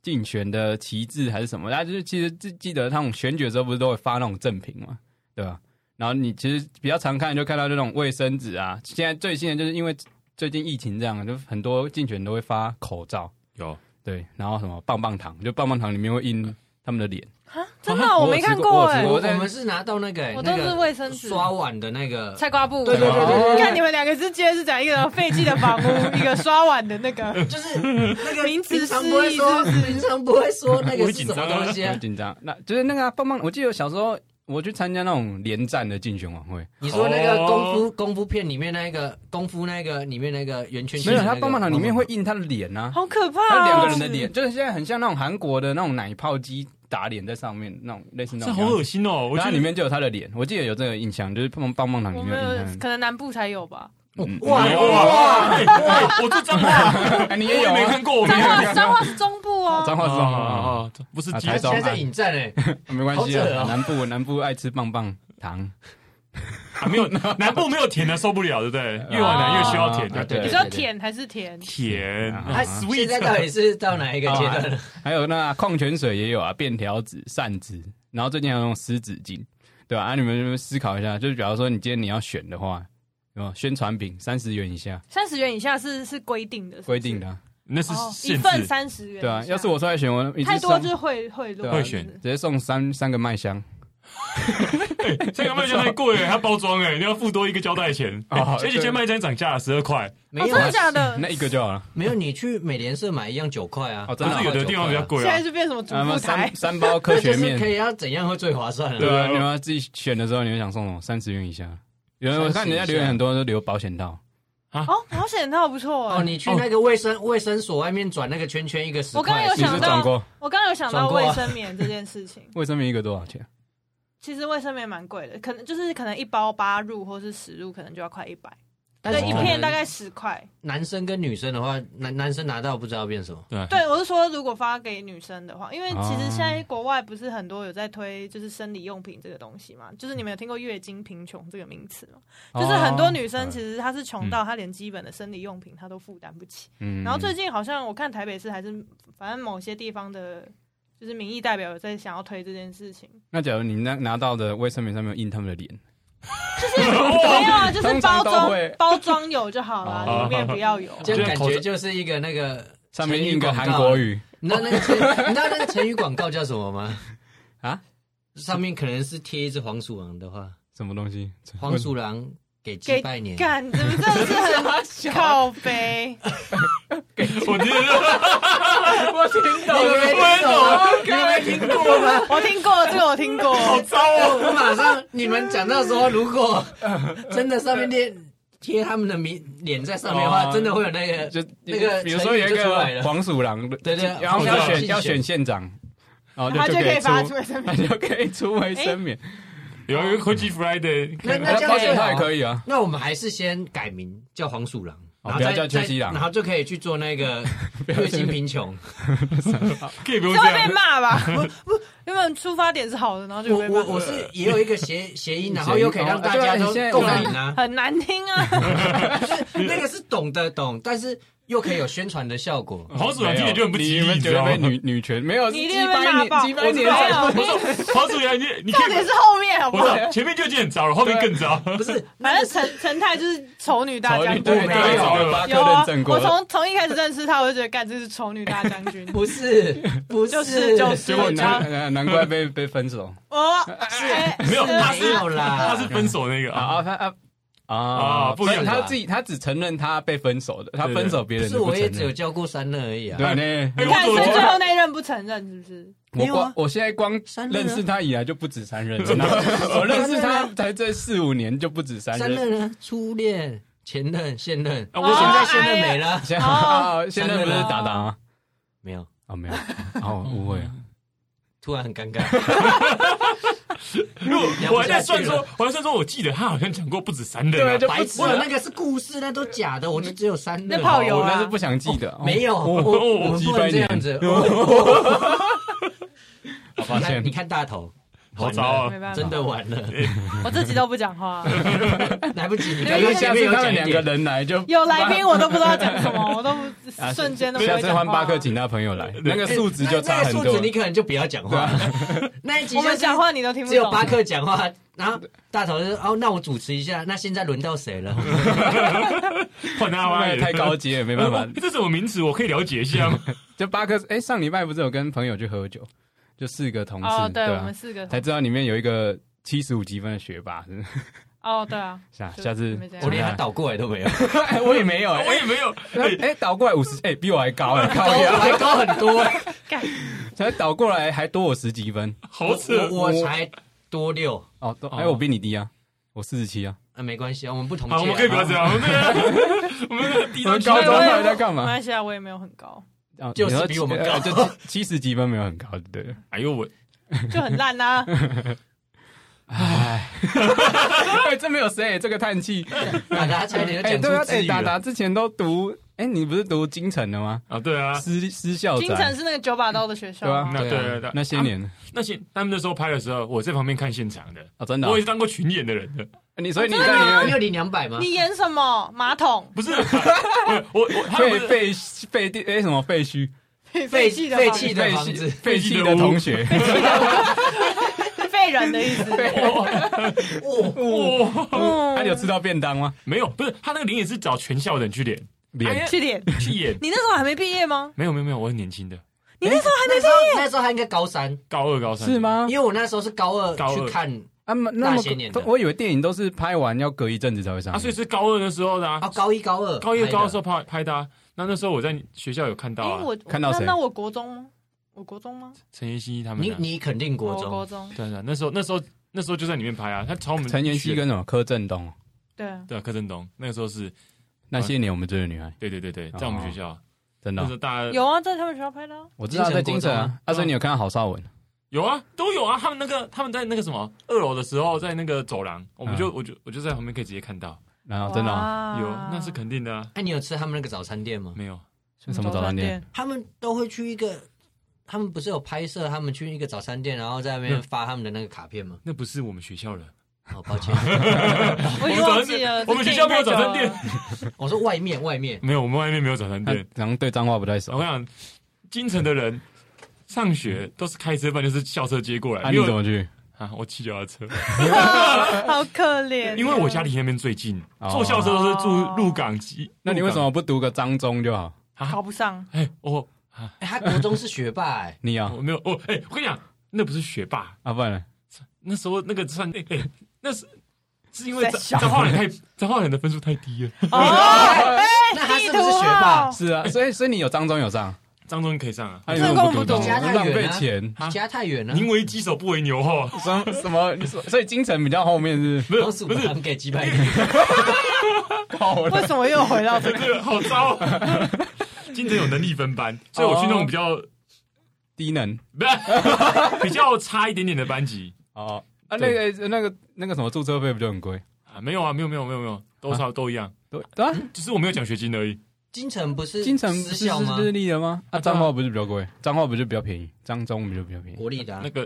竞选的旗帜还是什么，大家就是其实记记得他们选举的时候不是都会发那种赠品嘛，对吧？然后你其实比较常看就看到这种卫生纸啊，现在最新的就是因为最近疫情这样，啊就很多竞选都会发口罩，有对，然后什么棒棒糖，就棒棒糖里面会印他们的脸，啊，真的哦、我没看过啊哎、我我我在们是拿到那个、哎欸，我都那是个卫生纸、刷碗的那个，菜瓜布。对对对对对看你们两个之间是讲一个废弃的房屋，一个刷碗的那 个。就是那个名词平常不会说，平常不会 说那个是什么东西很啊？ 紧张。那就是那个、啊、棒棒，我记得我小时候我去参加那种连战的竞选晚会，你说那个功哦夫功夫片里面那个功夫那个里面那个圆圈没圈有的那他个，棒棒糖里面会印他的脸啊，好可怕、他哦！两个人的脸，就是现在很像那种韩国的那种奶泡机打脸在上面那种类似那这种好样子，恶心哦！然我觉后得里面就有他的脸，我记得有这个印象，就是棒棒棒糖里我面没有有印，象。可能南部才有吧。嗯哇哇哇，哎哎我这脏话，哎你我也有也啊 没看过，我没彰看化，过。彰化是中部哦。脏话是脏话，哦，这不是啊鸡台现中在在引战哎，啊没关系好扯啊，哦南部南部爱吃棒棒糖，啊，没有南部没有甜的受不了，对不对？越往南越需要甜啊的，对你说甜还是甜？甜啊他啊哎现在到底是到哪一个阶段了？还有那矿泉水也有啊，便条纸、扇子，然后最近还有用湿纸巾，对吧、啊？你们思考一下，就是假如说你今天你要选的话，有没有宣传品三十元以下三十元以下是是规定的，是不是规定的啊、 那是哦，一限份制，三十元以下。对啊。要是我出来选，我一直太多送就是贿贿赂对，啊会选直接送三三个麦香，这个麦香太 贵了，它包装哎，你要付多一个胶带钱。 哦前几天麦香涨价了十二块，没哦，有真哎啊的，假 的？那一个就好了。 没有，你去美联社买一样九块啊哦，真可的啊是有的地方比较贵现在啊。是变什么主啊，妇台三？三包科那就学 是面可，以要怎样会最划算啊？对啊，对啊你们要自己选的时候，你们想送什么？三十元以下。有人我看人家留言很多都留保险套，哦，保险套不错哦，哦。你去那个卫生卫生所外面转那个圈圈一个十块，我刚刚有你想是到转过我刚刚有想到转过啊卫生棉这件事情，卫生棉一个多少钱？其实卫生棉蛮贵的，可能就是可能一包八入或是十入，可能就要快一百，但对，是一可能片大概十块。男生跟女生的话，男男生拿到不知道变什么，啊对，对，我是说如果发给女生的话，因为其实现在国外不是很多有在推就是生理用品这个东西嘛，就是你们有听过月经贫穷这个名词吗？哦就是很多女生其实她是穷到她连基本的生理用品她都负担不起。嗯然后最近好像我看台北市还是反正某些地方的，就是民意代表有在想要推这件事情。那假如你拿拿到的卫生棉上面有印他们的脸，没有啊，就是哦通常包都装会包装有就好了，哦里面不要有。这就样是感口觉罩就是一个那个上面印成个广韩告国。语，你知道那个成，你知道那个成语广告叫什么吗？ 啊？上面可能是贴一只黄鼠狼的话，什么东西？黄鼠狼给鸡给拜年，干，你们真的是很 靠背。我觉得我听你们没听懂吗？你们没听过吗？我听过这个，我听过。好糟哦。我马上你们讲到说，如果真的上面贴贴他们的名脸在上面的话，哦真的会有那个 就那个比如说有一成语就出来个了黄鼠狼的，对对然后黄鼠要狼选竞选要选县长，哦然后他就可以出发出卫 生他棉，就可以出卫生棉， 有一个科技 Friday，那那那这样保最险好套啊也可以啊。那我们还是先改名叫黄鼠狼，哦然后不要再叫秋西狼再然后就可以去做那 个月经贫穷。可以不用这这会被样。骂吧？不不，原本出发点是好的，然后就我被我我骂，是也有一个谐谐音，然后又可以让大家都对啊共鸣啊，很难听啊。那个是懂得懂，但是又可以有宣传的效果。 黄鼠狼听起来就很不吉你利，们你觉知得道被吗？女女权没有？你几一定被百骂年爆。几百没年有，才没有 黄鼠狼，你你可重以点是后面好不不好？是前面就已经很糟了，后面更糟。不是，反正陈陈泰就是丑女大丑将女军，对没有找了巴克有啊认证，过我了，从从一开始认识他，我就觉得干，这是丑女大将军。不是，不，就是是就是结结果我难家呃难怪被被分手哦，没有，他没是有啦 他是分手那个啊啊，啊他啊啊啊！不一所样以他自己他只承认他被分手的，他对对分手别不人是，的不我也承只有认。教过三任而已啊。对呢，哎你看，我所以我最后那一任不承认，是不是？我没有光啊我现在光三任啊认识他以来就不止三任，真的，我认识他才这四五年就不止三三任。任呢？初恋、前任、现任，啊我我现现在在现任没了，现在哦现在不是达达吗？没有，啊，没有，哦，误会啊。突然很尴尬。因为我还在算说，我还在算说，我记得他好像讲过不止三人啊对，就白不痴止了，了那个是故事，那都假的，我就只有三任。那炮友我啊那是不想记得，哦没有，哦我哦我们几不百能这年样子。我你发看，现你看大头，好糟没啊！办法，真的完 了，我自己都不讲话，来不及。你刚因为刚下前次面有他们讲一两个点，人来就有来宾我都不知道讲什么，我都不 啊瞬间都不下会次讲话。换巴克请他朋友来，那个数值那就差那个很数多啊值。你可能就不要讲话。 那一集我就们是讲话你都听不只有懂，巴克讲话，然后大头就说：“哦，那我主持一下。那现在轮到谁 了？换他那歪个太高阶了，没办法。哎这什么名词？我可以了解一下吗？ 就巴克，哎、上礼拜不是有跟朋友去喝酒，就四个同事，哦，对，我啊们，四个才知道里面有一个七十五积分的学霸，是不是哦，对啊，下就下次没这样我连他倒过来都没有，哎 我也没有、我也没有，哎、 哎倒过来五十，哎，比我还高 哎、高靠我呀，还高很多。干才倒过来还多我十几分，好扯！我我才多六哦，都哎、哦我比你低啊，我四十七啊，啊，没关系啊，我们不同届啊。好，我们可以不要这样，我们这个我们这个低我到们高中对到我底也在干没嘛？ 关系啊，我也没有很高，哦就是你说比我们七高呃就 七十几分没有很高，对 了。哎呦我，就很 烂啊。哎，哎这没有谁，这个叹气。达达差一点就哎，讲对啊出，自哎，语达了。达之前都读，哎，你不是读京城的吗？啊，对啊，私私校京城宅，是那个九把刀的学校对吗啊？那对对啊对对，那些年那些他们那时候拍的时候，我在旁边看现场的，啊，真的哦我也，是当过群演的人的，你所以你在里你面有领两百吗？你演什么？马桶不是我我我他们不废是废废地哎什么废墟废废弃的废房弃子的废房弃子废弃的同学， 废人的意思。哇，嗯哦啊那你有吃到便当吗？哦没有，不是他那个脸也是找全校的人去脸哎脸去点，去演，你那时候还没毕业吗？没有没有没有，我很年轻的，哎你那时候那时候那时候他应该高三，高二高三是？吗因？为我那时候是高二高二去看，啊，那那大么些年的我以为电影都是拍完要隔一阵子才会上啊，所以映。是高二的时候的啊啊，高一高二高一高二的时候候拍拍的啊，那那时候我在学校有看到哎，啊，我哦看到那谁那我国中吗？我国中吗？陈妍希他们你啊，你肯定国哦我国中，中对啊对，那时候那时候那时候就在里面拍啊，他朝我们陈妍希选跟什么柯震东哦，对啊，对啊柯震东，那个时候是那些年我们追的女孩，对对对哦对，在我们学校真的那时哦候大家有啊，在他们学校拍的啊。我知道在京城京城国中嗯啊。啊，所以你有看到郝邵文？有啊，都有啊。他们那个他们在那个什么二楼的时候，在那个走廊，我们嗯就、我就我就在旁边可以直接看到。然后真的哦哇有，那是肯定的啊。哎，你有吃他们那个早餐店吗？没有，什么早餐店？他们都会去一个，他们不是有拍摄，他们去一个早餐店，然后在那边发他们的那个卡片 吗？那不是我们学校的。哦，抱歉， 我已经忘记了。我们早餐店我们学校没有早餐店这电影太久了。我说外面外面， 没有，我们外面没有早餐他店。然后对脏话不太我熟跟。你讲，京城的人上学都是开车，不然就是校车接过来。啊，没你有怎么去？啊？我骑脚踏车， 好可怜。因为我家离那边最近，哦坐校车都是住鹿港机。那你为什么不读个张中就好？，考不上，哎，我哎，他国中是学霸 哎你啊我没有，哦，哎，我跟你讲，那不是学霸，啊，不然呢那时候那个算哎哎，那是是因为在笑张张浩然太张浩然的分数太低了。哦哎那他是不是学霸？是啊， 所以所以你有张中有上，张忠可以上啊，啊，你这为个什么根本不不读懂中？家太浪远费啊钱。啊家太远了，宁为鸡首不为牛后，什么什么？你说所以京城比较后面 是不老是鼠不把是他，们给击败， 高了为什么又回到这 这个？，个好糟 哦。金城有能力分班，所以我去那种比哦较低能不是 比较差一点点的班级哦啊，那对个那个那个什么注册费不就很贵？啊，没有啊，没有没有没有没有，都差都一样，对对啊，只是我没有奖学金而已。京城不是京城不私是校吗是？日立的吗？啊，啊对啊彰化不是比较贵？彰化不就比较便宜？彰中不就比较便宜？国立的啊那个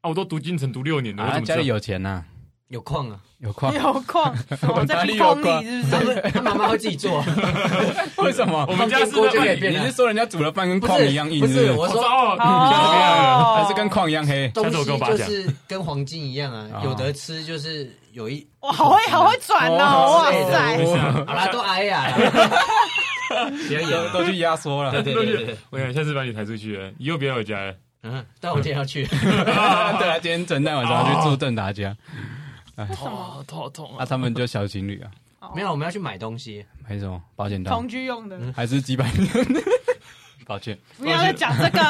啊，我都读金城读六年了，我啊，怎么家知里道？有钱呐，有矿啊，有矿有矿，我在逼宫里 是不他是？们他妈妈会自己 做，啊 为什么 我？们家是锅就可以在变你啊是说人家煮的饭跟不矿是一样硬？不是是不我好说糟哦，是哦还是跟矿一样黑？东下次西我跟我爸就讲是跟黄金一样哦 啊，有得吃就是有 一哇，好会好会转哦，哦哇塞！好啦，都挨 呀，不要演都了，都去压缩了。啊对对对对 对，我想下次把你抬出去了，以后不要回家了。嗯，但我今天要去， 对啊，今天整蛋晚上要去住邓达家，为什么？哦头痛啊，！他们就小情侣啊， 没有，我们要去买东西，买什么保险套同，居用的，还是几百年？ 抱歉，不要再讲这个了。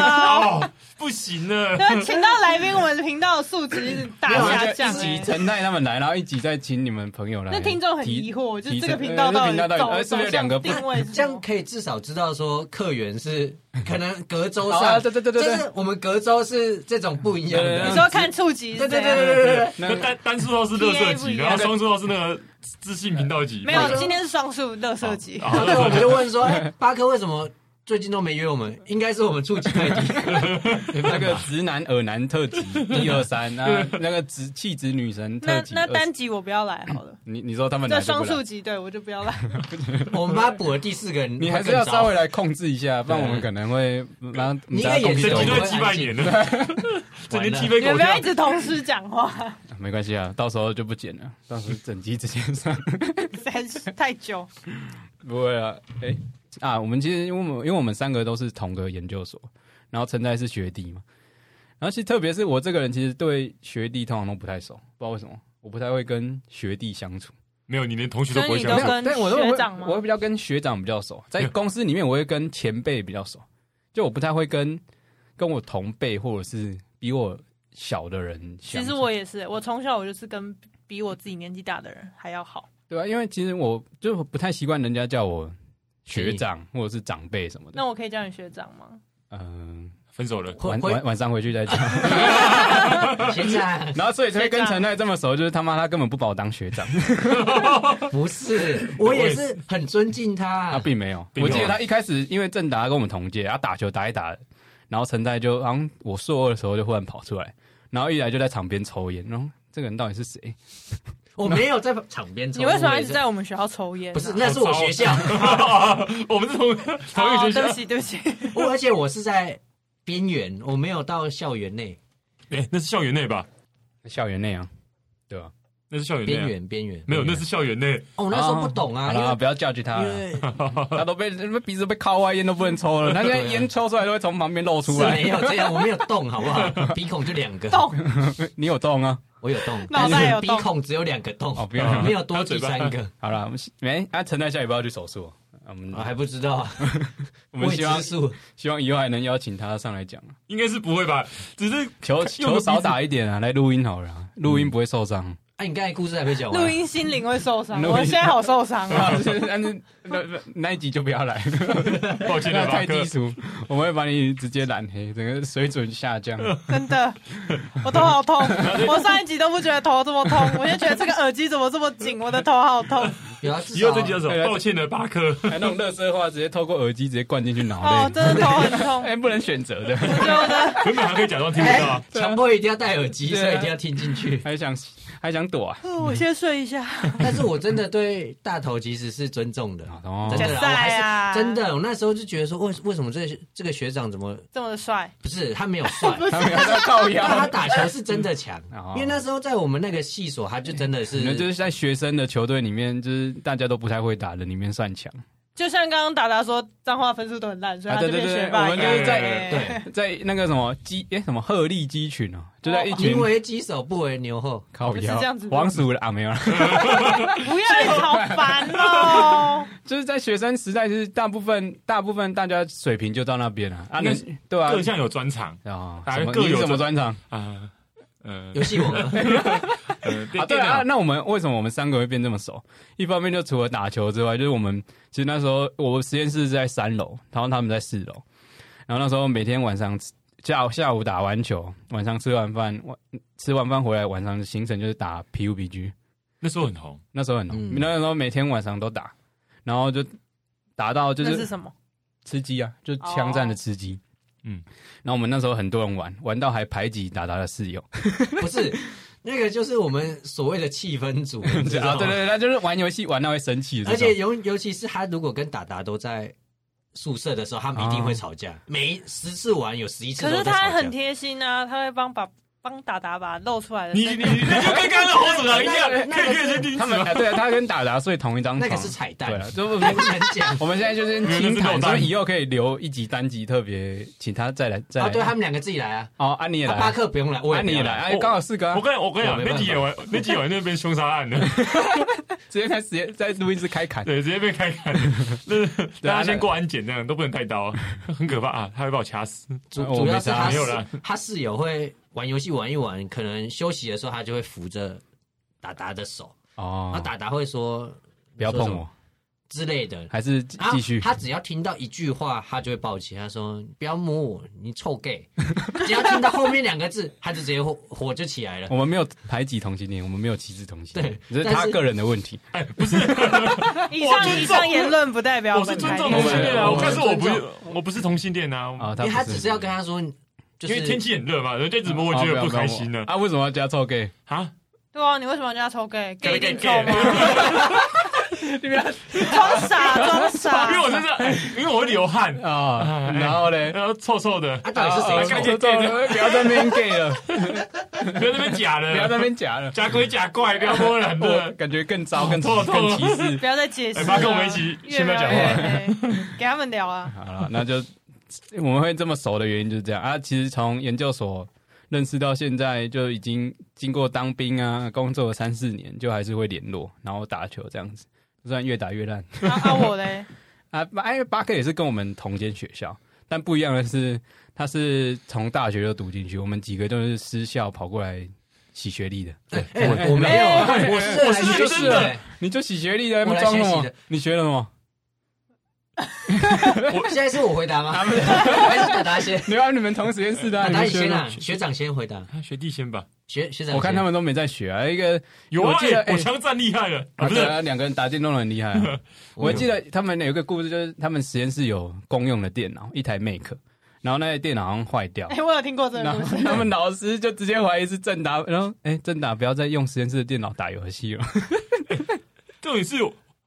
哦，不行了，对， 请到来宾，我们频道的素质一直大没有啊下就降一集欸。陈泰他们来，然后一集再请你们朋友来。那听众很提疑惑，就是提这个升频道呃这到个底频道到底走呃是不是有走向两个不定位是什么？这样可以至少知道说客源是可能隔周哦啊上，对对对对对就是我们隔周是这种不一样的，对你说看触及，对对对对对对对，那就单单数号是乐色 TA 不级，一样然后双数号是那个自信频道级，没有，今天是双数乐色级，好然后我们就问说，哎，巴克为什么最近都没约我们，应该是我们触及太低。 那个直男耳男特 辑一二三，那那个直气质女神特 那辑那二，单集我不要来好了你你说他们这来就双不来数集对我就不要来。我们把他补了第四个人，你还是会要更糟稍微来控制一下，不然我们可能会让你应该让也东西是整走你集都了在几百年了， 整完集鸡了。飞你们狗不要跳一。直同时讲话， 没关系啊，到时候就不剪了，到时候整集直接上。实在是太久。不会啊，哎、啊，我们其实因为我们因为我们三个都是同个研究所，然后陈在是学弟嘛，然后其实特别是我这个人，其实对学弟通常都不太熟，不知道为什么，我不太会跟学弟相处。没有，你连同学都不所会以相你信都。跟但我都会学长吗我会比较跟学长比较熟，在公司里面我会跟前辈比较熟，就我不太会跟跟我同辈或者是比我小的人相其处。实我也是，我从小我就是跟比我自己年纪大的人还要好。对啊，因为其实我就不太习惯人家叫我学长或者是长辈什么的那。我可以叫你学长吗？嗯、分手了，会晚会晚晚上回去再 讲。学长 然后所以才会跟陈泰这么熟，就是他妈他根本不把我当学 长，不是，我也是很尊敬他他。并没有。啊并没我有记得他一开始因为正达跟我们同届，他打球打一打，然后陈泰就好像我硕二的时候就忽然跑出来，然后一来就在场边抽烟，然后这个人到底是谁？我没有在场边抽。你为什么我一也直是？在我们学校抽烟啊？不是，那是我学校，我们是同同一哦个学对不校。起，对不起，我而且我是在边缘，我没有到校园内，哎，那是校园内吧？校园内啊，对吧、那是校园内边啊。缘边缘。没有，那是校园内。哦，我那时候不懂啊，好因了，为不要 judge 他因了，为他都被鼻子被靠外烟都不能抽 了，他现在烟抽出来都会从旁边露出是来没。有这样，我没有动，好不 好？鼻孔就两个，动你有动啊？我有动，脑袋有鼻动孔只有两个洞，哦不要没有多还有第嘴巴三个，好了，我们没啊，陈泰下礼拜要去手术哦，啊我们我还不知道啊，我们未希望知数。希望以后还能邀请他上来讲。应该是不会吧？只是球用球的少打一点啊，来录音好了啊、录音不会受 伤。哎，你刚才故事还没讲完录，音心灵会受伤，啊录音我现在好受 伤啊！但是但是那那那一集就不要 来，抱 歉那了，太马克低。俗，我们会把你直接染黑，整个水准下 降。真的，我头好痛。我上一集都不觉得头这么痛，我就觉得这个耳机怎么这么紧，我的头好痛。有啊，至以后这集少叫什对么？抱歉了，巴克。还哎那种乐色话，直接透过耳机直接灌进去脑哦，内，真的头很痛 哎、。不能选择的。我觉得 原本还可以假装听不到啊。强迫一定要戴耳机，对啊所以一定要听 进去。还想还想躲啊？呃我先睡一下。但是我真的对大头其实是尊重的，哦真的假赛啦，我还啊是真的。我那时候就觉得说，为为什么这这个学长怎么这么的帅，不是他没有帅？他们要 在造但他谣。打球是真的强哦，因为那时候在我们那个系所，他就真的你们就是是在学生的球队里面，就是大家都不太会打的里面算强。就像刚刚达达说，脏话分数都很烂，所啊以他对就变对对学霸。我们就是在哎对，在那个什么鸡，哎、什么鹤立鸡群哦、就在一群宁为鸡首不为牛后。 靠是腰这样子黄鼠狼啊，没有啦。不要你好烦哦。就是在学生时代，就是大部分大部分大家水平就到那边了啊，应该能是对吧各？项有专场啊，大家什么各你有什么专专长啊，呃游戏王啊， 呃，电啊？对啊，，那我们为什么我们三个会变这么熟？一方面就除了打球之外，就是我们其实那时候我实验室是在三楼，然后他们在四楼，然后那时候每天晚上吃下午下午打完球，晚上吃完饭，晚吃完饭回来，晚上行程就是打 PUBG。那时候很红，那时候很红，嗯那时候每天晚上都打，然后就打到就那是是什么？吃鸡啊，就是哦枪战的吃鸡。嗯嗯，然后我们那时候很多人玩，玩到还排挤达达的室 友。不是那个，就是我们所谓的气 氛组，你知啊，道吗对对对，他就是玩游戏玩到会生气的哦而这种。且尤尤其是他如果跟达达都在宿舍的时候，他们一定会吵架。嗯每十次玩有十一次可都是在他吵很架。贴心啊，他会帮把帮达达把露出来的你身你体你你就跟刚刚的猴子狼一样，那个可以可以先停他止们吗？啊对他跟达达睡同一张那床，个是彩蛋哦对了， 就还不能 讲我们现在就是 轻没有那是谈，肉蛋所以以后可以留一集单集特别，请他再来再啊！来。对他们两个自己来啊，哦，安妮也啊来巴啊，克不用来，我也安妮不也要来，来。哎，刚好四个啊我，跟我跟你我讲，没办那法集演完，那集演完就变凶杀案了，直接开始直接在录音室开砍。对，直接被开砍。那大家先过安检，这样都不能带刀，很可怕啊！他会把我掐死。主啊我主要是没差他没有啦室他室友会玩游戏玩一玩，可能休息的时候他就会扶着达达的手，然哦后，达达会说不要啊说什碰么我，之类的。还是继然后继续？他只要听到一句话，他就会暴起，他说：“不要摸我，你臭 gay。” 只要听到后面两个字，他就直接火火就起来了。我们没有排挤同性恋，我们没有歧视同性恋，对这是他但是个人的问题。以上以上言论不代表我是本尊台重立同场性恋我啊，我们但是我不尊是我不是同性恋啊，啊，因为他他不只是要跟他说，就因是为天气很热嘛，人家一直摸我觉得不开心呢啊，为什么要加臭 gay？啊，对啊，你为什么要叫他抽 gay？gay 一 gay 定抽 啊吗？装傻装傻， 因为我真的哎因为我会流汗，啊，哎然后嘞，然后臭臭的，啊，到底是谁啊臭啊？不要在那边 gay 了，不要在那边假不要在那的，边假了，假鬼假怪，不要摸人我的。感觉更糟、 更哦痛痛更歧视。不要再解释了。哎爸跟我们一起越先不要讲话描越黑给他们聊啊。好了，那就我们会这么熟的原因就是这样啊。其实从研究所认识到现在，就已经经过当兵啊、工作三四年，就还是会联络，然后打球这样子，就算越打越烂啊啊我嘞，啊。哎，巴克也是跟我们同间学校，但不一样的是，他是从大学就读进去，我们几个都是私校跑过来洗学历的。对，我我没有啊，我是哎我来是学真习的的。你就洗学历的，我来装什学习么的？你学了什么？现在是我回答吗？还是达 达先？没有啊，你们同实验室的啊，达你达们你学先啊，了。学长先回答。啊学弟先吧，学学长先，我看他们都没在学啊，一个有啊我记得，哎哎我枪战厉害了啊，啊，不对是啊，两个人打电动都很厉害啊。我记得他们有一个故事，就是他们实验室有公用的电脑，一台 Mac，然后那台电脑好像坏掉哎、。我有听过这个然故后事，他们老师就直接怀疑是正达，然后哎，正达不要再用实验室的电脑打游戏了。重点是，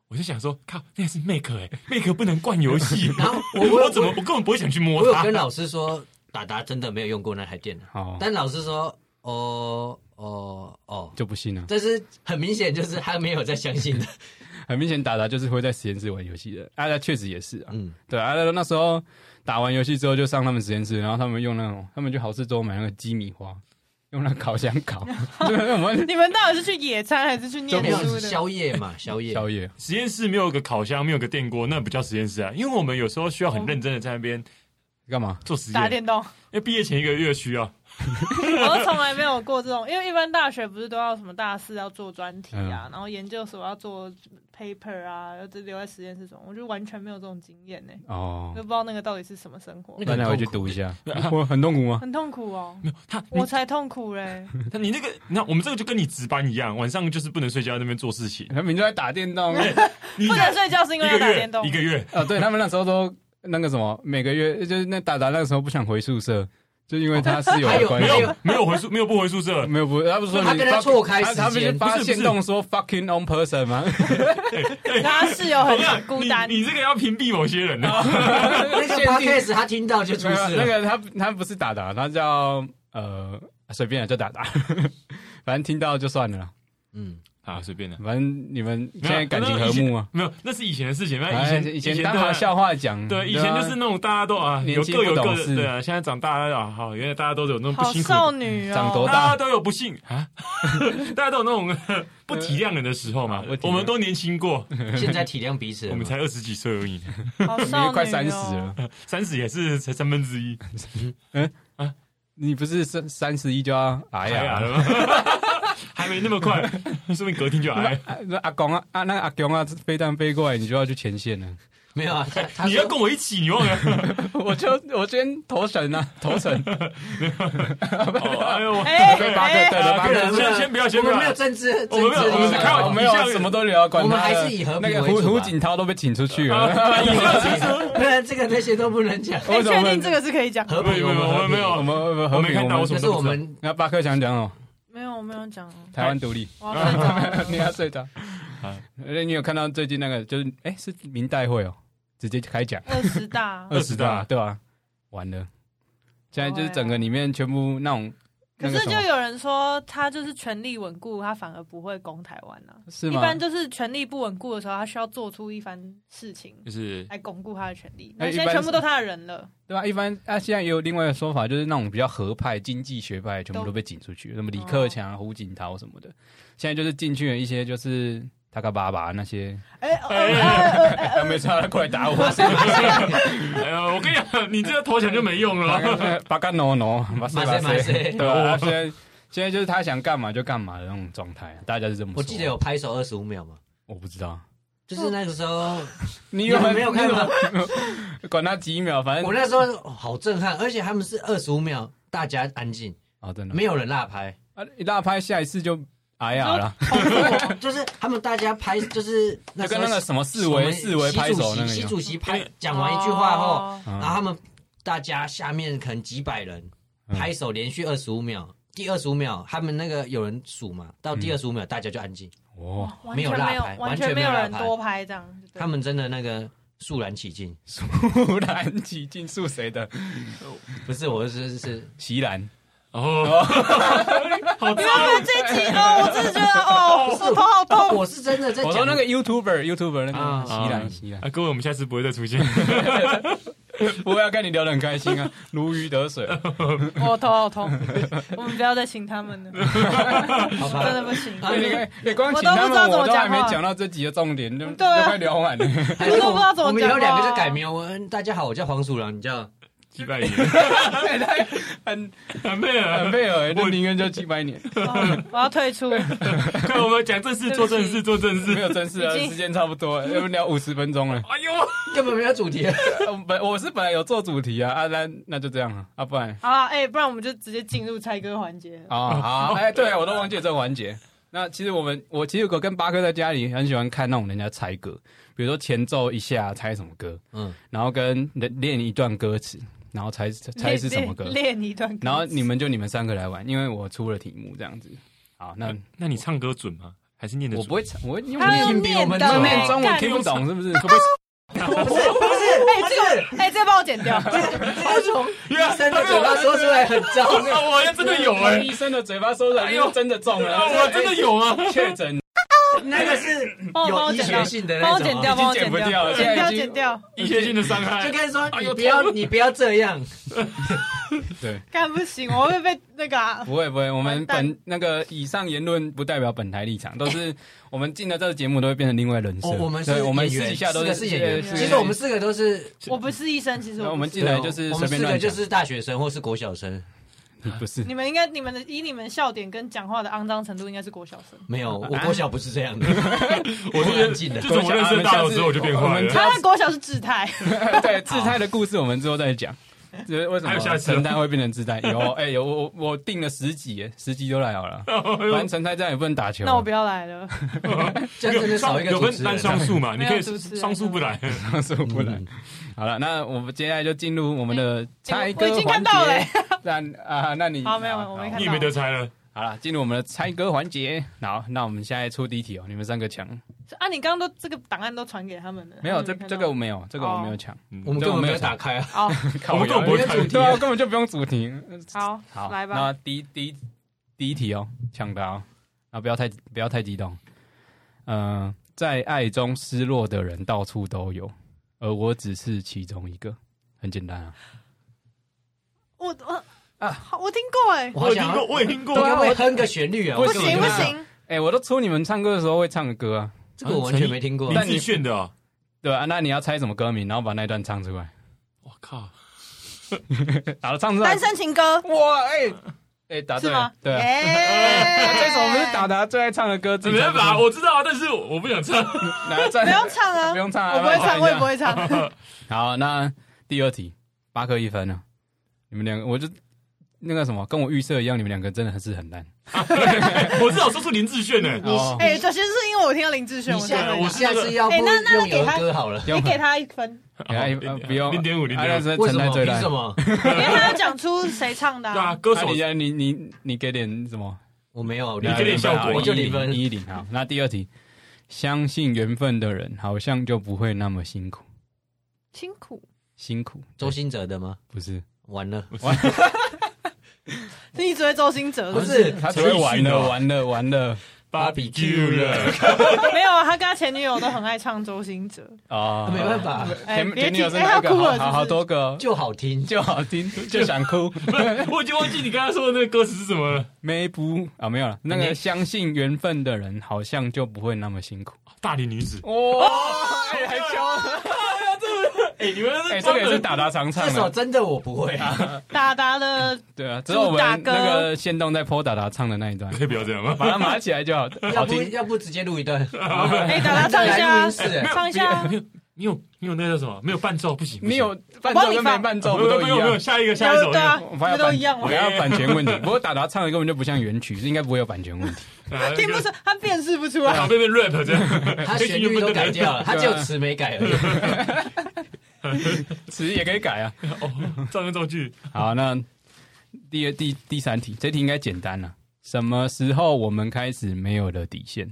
我就想说，靠，那是 Make 哎，Make 不能灌游戏，然后我我我我怎么我根本不会想去摸我有它跟。老师说，达达真的没有用过那台电脑，哦，但老师说，哦哦哦，就不信啊了。这是很明显，就是他没有在相信的。 很明显，达达就是会在实验室玩游戏的。啊，那确实也是啊。嗯，对啊，那那时候打完游戏之后就上他们实验室，然后他们用那种，他们去好事多买那个鸡米花，用那烤箱烤， 对，我们 你们到底是去野餐还是去念没有书的？宵夜嘛，宵夜。宵夜。实验室没有个烤箱，没有个电锅，那不叫实验室啊。因为我们有时候需要很认真的在那边干嘛？做实打验，因电 动，为毕业前一个月需要。我都从来没有过这种，因为一般大学不是都要什么大四要做专题嗯啊，然后研究所要做 paper 啊，要留在实验室中，我就完全没有这种经验呢、哦都，不知道那个到底是什么生活那，个那很来我去痛苦读一下，我 很痛苦吗？很痛苦哦，没有他，我才痛苦嘞，他你那个，那我们这个就跟你值班一样，晚上就是不能睡觉，在那边做事情。他们就在打电 动你不能睡觉是一因为个要打月电动一。个月，哦，对他们那时候都那个什么，每个月就是那达达那个时候不想回宿舍，就因为他室友哦还的有关没系。有没有回宿，没有不回 宿舍。没有不，他不是说他你跟他 fuck- 错开时间他不是发不是不是现动说 fucking on person 吗？他室友很我跟你孤讲单你，你这个要屏蔽某些人 啊。那个 podcast 他听到就出没有啊事那了。个他他不是达达，他叫呃随便了叫达达， 反正听到就算了啦，嗯，啊，随便的。反正你们没现有在感情和睦吗？没有，那是以前的事情。没有以哎前以前前当对啊好笑话讲，对，以啊前就是那种大家都啊，年有轻各有不各懂的，事对啊。现在长大了啊，好，原来大家都有那种不好辛苦少的，女哦，长多大大家都有不幸啊，大家都有那种 呃不体谅人的时候嘛啊不。体谅我们都年轻过，现在体谅彼此了 我嘛们才二十几岁而已，好你少女也哦快三十了，三十也是才三分之一，你不是三三十一就要癌哎呀啊？， 还没那么快，说明隔天就来。啊那阿公啊，啊那个阿公啊，飞弹飞过来，你就要去前线 了。没有啊？他他你说要跟我一起，你忘了？我就我先投诚 啊，投诚。哦哎呦，哎对八个对了，啊八不个能先先不要先我不要们没有政治，我们没有政治我们立场哦开我玩笑哎没有啊什么都聊，管他我们还的是以和平那个为胡主吧啊胡锦涛都被请出去 了。啊你要先说 不然这个那些都不能讲。哎，为什么确定这个是可以讲的？和没平，有没我们和平有我们没有们我们哦我和没平看到，我们我这什么是都我不知道。们那巴克想讲哦，没有，我没有讲哦，台湾独立，我要睡着了。 你要 睡着。而且你有看到最近那个就是哎是明代会哦，直接开讲二十哦大，二十大对吧？完了，现在就是整个里面全部那种哦哎可那个是什就么，有人说他就是权力稳固，他反而不会攻台湾呢、是一吗？般就是权力不稳固的时候，他需要做出一番事情就是来巩固他的权力。哎那现在全部都他的人了，对吧、一般啊，现在也有另外一个说法，就是那种比较合派、经济学派，全部都被挤出去，什么李克哦强、啊胡锦涛什么的。现在就是进去了一些，就是塔卡巴巴那些，哎呃呃 呃啊、没差，过来打我，哎呀，我跟你讲，你这个投降就没 用了。巴干诺诺，马塞马马塞马塞，塞对吧、啊？现在现在就是他想干嘛就干嘛的那种状态，大家是这么说。我记得有拍手二十五秒嘛？我不知道，就是那个时候，你有你没有看吗？管他几秒，反我正那时候哦好震撼，而且他们是二十五秒，大家安静，哦，真的没有人落 拍，啊，一大拍，下一次就哎呀了，就是他们大家拍，就是那就时跟候那个什么四什么维四维拍手那个一习主席习样，主席拍讲完一句话后，哦，然后他们大家下面可能几百人嗯拍手，连续二十五秒。第二十五秒，他们那个有人数嘛，到嗯第二十五秒大家就安静， 哇，完没有全辣没有拍，完完全全没没有有辣人拍多拍这样。对他们真的那个肃然起敬。突然挤进宿谁的不是，我是是是席兰，哦，你们看这一集哦，我真的觉得哦，我头好痛。我是真的在我说讲那个 YouTuber YouTuber 那啊个席啊兰席兰，啊，各位，我们下次不会再出现。我要跟你聊得很开心啊，如鱼得水，我头好痛，我们不要再请他们了，好吧真的不行。对啊哎你看，你光请他我都不知道们，怎我么都还讲话没讲到这集的重点，就就对啊快聊完了。还我是都不知道怎么我们以后讲两话个就改名，我们大家好，我叫黄鼠狼，你叫几百年，对，他很很配很合。配合欸，那宁愿就几百年，哦我要退出，快， 我们讲正事，对做不起正事，做正没有事。真事啊，已经时间差不 多了，要不聊五十分钟了。哎呦，根本没有 主题。呃本我是本来有做主题啊，啊那那就这样了，啊不然好啊，哎、不然我们就直接进入猜歌环节了。啊好哎对我都忘记了这个环节。那其实我们我其实我跟八哥在家里很喜欢看那种人家猜歌，比如说前奏一下猜什么歌，嗯，然后跟练练一段歌词，然后猜猜是什么歌，练练一段歌词。然后你们就你们三个来玩，因为我出了题目这样子。好，那那你唱歌准吗？还是念的？我不会，唱，我会因为他我要听比我念们的准念欸念中文干听不懂，是 不是？可不可以？不是不是，哎、这个哎、这个帮我剪 掉。他从医生的嘴巴说出来很糟。啊，我好像真的有 哎，医生的欸嘴巴说出来，哎因呦为真的中 了，啊，我真的有啊。确 诊， 那个是帮我帮有我医剪学掉，性的帮那我剪种，掉，帮我已经剪剪不掉了剪现在掉，已经剪掉，医学性的伤害就，跟说哎你呦不要你不要这样，对，干不行，我会被那个、啊。不会不会，我们完蛋本那个以上言论不代表本台立场，都 是我们进了这个节目都会变成另外人设。哦哦我我们是对，我们演私员底下都四个是演员，对是其实我们四个都是。哦我不是医生，其实那我我不们是进来就是我随便们四个乱就讲，是大学生或是国小生，不是你们应该你们的以你们笑点跟讲话的肮脏程度，应该是国小生。没有，我国小不是这样的，我是是安静的自。从我认识大佬之后，我就变坏了。 他的国小是智态，啊对，自带的故事我们之后再讲。就是为什还有下么次哦陈太会变成自带？有 哎、有我我我定了十集耶，十集都来 好了。哎反正陈太这样也不能打球。啊那我不要来了。这样真的少一个有主分持单双人。嗯数嘛？你可以没有主持人双数不来，要，所以我不来。嗯好了，那我们接下来就进入我们的猜歌哎我已经环看节到了。 那啊，那你好没有我没看你也没得猜了。好了，进入我们的猜歌环节。好，那我们现在出第一题哦，你们三个抢。啊，你刚刚都这个档案都传给他们了，没有，他这们看到哦这个我没有，这个我没有抢。 我嗯们根本没有打开啊！好我们根本不会没有主看题。对啊，根本就不用主 题。好 好，来吧那第一第一第一题哦，抢答哦，啊，不要太不要太激动。嗯、在爱中失落的人到处都有，而我只是其中一个。很简单啊，我我啊，我听过哎，我我好有听想啊过，我也听过啊我。该不会哼个旋律啊？不不我根本行就不知道，行，哎、我都出你们唱歌的时候会唱的歌啊，这个我完全没听过。林志炫的哦，对啊，那你要猜什么歌名，然后把那一段唱出来。 我靠，好了，唱出来单。身情歌哇，哎、哎、答是对吗了，？啊对啊、 耶这首不是达达最爱唱的歌，自己没唱办不法，出我知道啊，但是我不想唱。来再不用唱啊，不用唱啊，我不会来唱，我也不。会唱。一下好，那第二题，八颗一分了，啊你们两个，我就那个什么，跟我预设一样，你们两个真的是很烂。我至少说出林志炫呢。哦， 哎，这其实是因为我听到林志炫，你我才下会我你来是下次要不哎那那用给有他歌好了。你给他一分，哎好呃不用零点五，零啊点那五。是为陈什太么？最凭烂什。么？因为他要讲出谁唱的对啊，啊。歌啊手你啊你你你给点什么？我没有，你给点效果我就零分。一零好。那第二题，相信缘分的人，好像就不会那么辛苦，辛苦，辛苦。周兴哲的吗？不是，完了，你只会周兴哲不是是他只会玩陈奕迅了，哦玩了，玩了芭比 Q 了，不是没有啊，他跟他前女友都很爱唱周兴哲。啊没办，法，哎，前别前女提，友是哎，哪他一个？哭了好是不好是，好多个哦，就好听。就好 听，就想哭。 我已经忘记你刚才说的那个歌词是什么了。没不啊，没有 了。那个相信缘分的人，好 像就不会那么辛苦。哦哎大龄女子，哇、还敲，哎，你们哎，这专个门也是打打长 这唱首的，真的我不会啊，达达的对啊，只有我主打们歌那个线动在 PO 打打唱的那一段， 可以不要这样吗？把它码起来就 好， 要好不听。要不直接录一段？ 哎，达达唱一来录下音室哎没有唱一下啊 没有没有没有那个叫什么？没有伴奏不行，不行你有伴帮奏你跟没放伴没奏有不没都有一没有没有样？下一个下一首对对啊，我怕不要都版一样吗我？要版权问题。不过打打唱的根本就不像原曲，应该不会有版权问 题。啊听不出，他辨识不出然来后。被被 rap 这样， 他旋 律都改 掉了，他只有词没改而已。词也可以改啊。 哦，造句造句，好，那第二第第三题，这题应该简单了、什么时候我们开始没有了底线？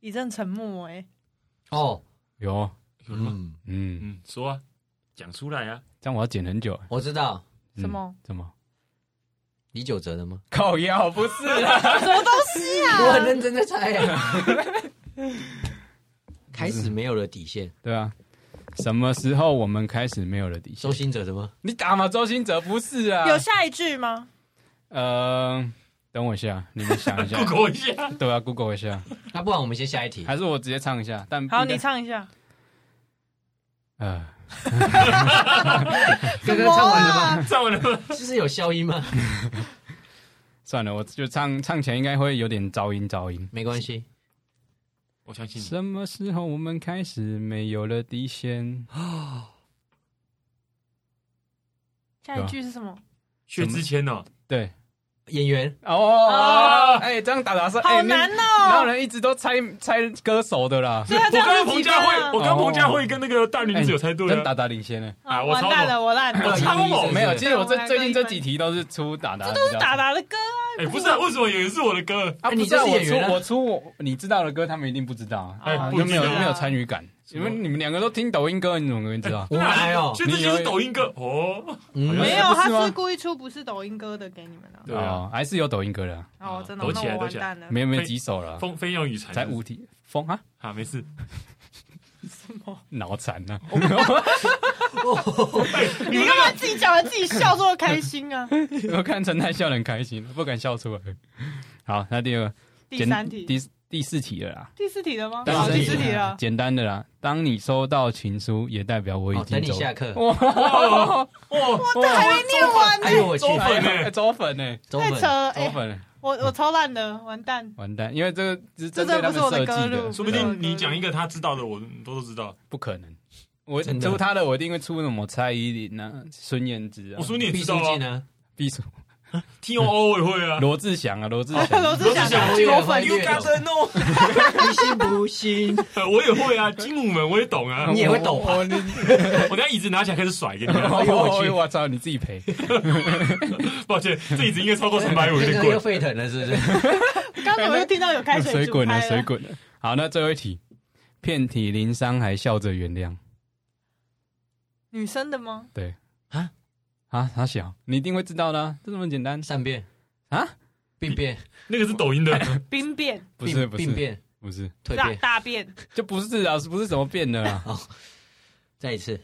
一阵沉默，哎，哦，有，有了吗？嗯，嗯，嗯，说啊，讲出来啊，这样我要剪很久、欸。我知道嗯什么？怎么？李玖哲的吗？靠腰不是 啊？什么东西啊？我很认真在 猜耶。开始没有了底线，对啊。什么时候我们开始没有了底线周？星哲的吗？你打嘛，周星哲不是啊？有下一句吗？呃，等我一下，你们想一下不，过一下，对啊，Google 一下，那不然我们先下一题。还是我直接唱一下？但好，应该你唱一下。呃，刚刚唱完了啊吗？唱完了吗？就是有消音吗？ 算了，我就唱唱起来应该会有点噪音，噪音。没关系，我相信你。什么时候我们开始没有了底线？下一句是什么？薛之谦哦，对，演员哦，哎，这样打打是好难哪有哦！人一直都猜猜歌手的啦？所以他我这样刚刚是彭几分佳啊慧，我刚刚彭佳慧跟那个大女子有猜对真啊打，打领先呢。啊啊我超完蛋了，我烂我哦了。超啊猛没有，其实我对我这们最近这几题都是出打打，这都这是达达的歌啊，哎，不是啊，为什么也是我的歌？啊，哎不你知道就是我演出员啊我出我你知道的歌，他们一定不知道啊，哎啊不就知没道有没有参与感。你们你们两个都听抖音歌，你怎么会知道？我来哦。薛之哎谦是抖音歌哦，嗯好像 没有，不是吗他是故意出不是抖音歌的给你们的。对啊哦，还是有抖音歌的啊，哦，真的，抖那起来我抖完起来蛋了。没有没有几首了啊，风飞扬与蝉才五题，风啊，啊，没事，脑残啊呐。你干嘛自己讲完自己笑这么开心啊？ 我看陈太笑得很开心，不敢笑出来。好，那第二个第简三题，第第四题了啦，第四题了吗？单好哦身第题哎四题啊了。啊简单的啦。当你收到情书，也代表我已哦，经等你走。 下课。哇，哇，这还没念完呢哎，呦我去，哦走吧粉欸哎走粉呢，周太粉扯了！走哎，粉欸，我我超烂的，完蛋。完蛋！因为这个是针这对真他的不是们我的设歌计路的，说不定你讲一个他知道的，我都都知道。不可能。我真的出他的，我一定会出什么蔡依林啊、孙燕姿啊我、说你也毕知书道尽啊呢？毕淑、 ，T O O 我也会啊。罗志祥啊、罗志祥 罗志祥祥的果粉罗，志 You 祥 gotta know，你信不信？ 我也会啊，精武门我也懂啊。你也会抖啊我你我等下椅子拿起来开始甩给你看。啊我去！哦哎我操，你自己赔。抱歉，这椅子应该超过三百五，有这点个贵又。沸腾了，是不是？刚才我又听到有开水煮滚了，开水了。滚了。好，那最后一题，遍体鳞伤还笑着原谅女生的吗？啊！他小，你一定会知道的啊、这么简单善变啊？病变，那个是抖音的，兵变、不是病不病是变，不是，蜕大变，大变、 就不是啊，是不是怎么变的啊？再一次，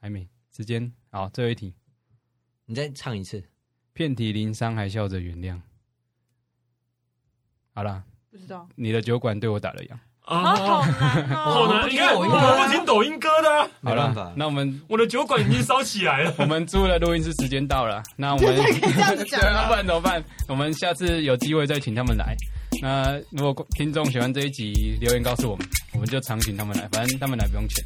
还没时间，好，最后一题，你再唱一次。遍体鳞伤还笑着原谅。好啦，不知道。你的酒馆对我打了烊。啊，啊，好难好哦！难！你看，我我不听抖音歌啊不听抖音歌的啊，没好办了法，那我们我的酒馆已经烧起来了。 我们租的录音室时间到了，那我们这样子讲对，要不然怎么办？ 我们下次有机会再请他们来。那如果听众喜欢这一集，留言告诉我们，我们就常请他们来，反正他们来不用钱。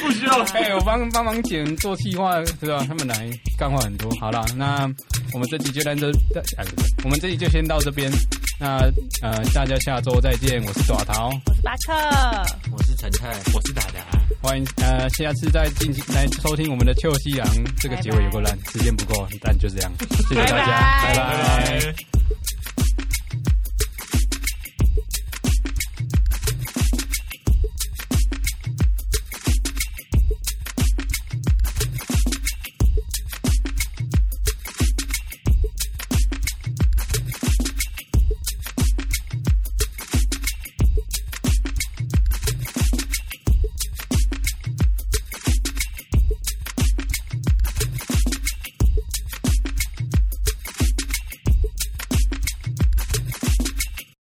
不需要。哎、我帮帮忙剪做企划，对吧、他们来干话很多。好啦，那我们这集就到这，哎我们这集就先到这边。那呃，大家下周再见，我是爪桃，我是巴克。我是陈泰，我是达达，欢迎呃，下次再进行来收听我们的《秋夕阳》这个结尾有够烂，时间不够，但就这样，谢谢大家，拜拜拜拜拜拜。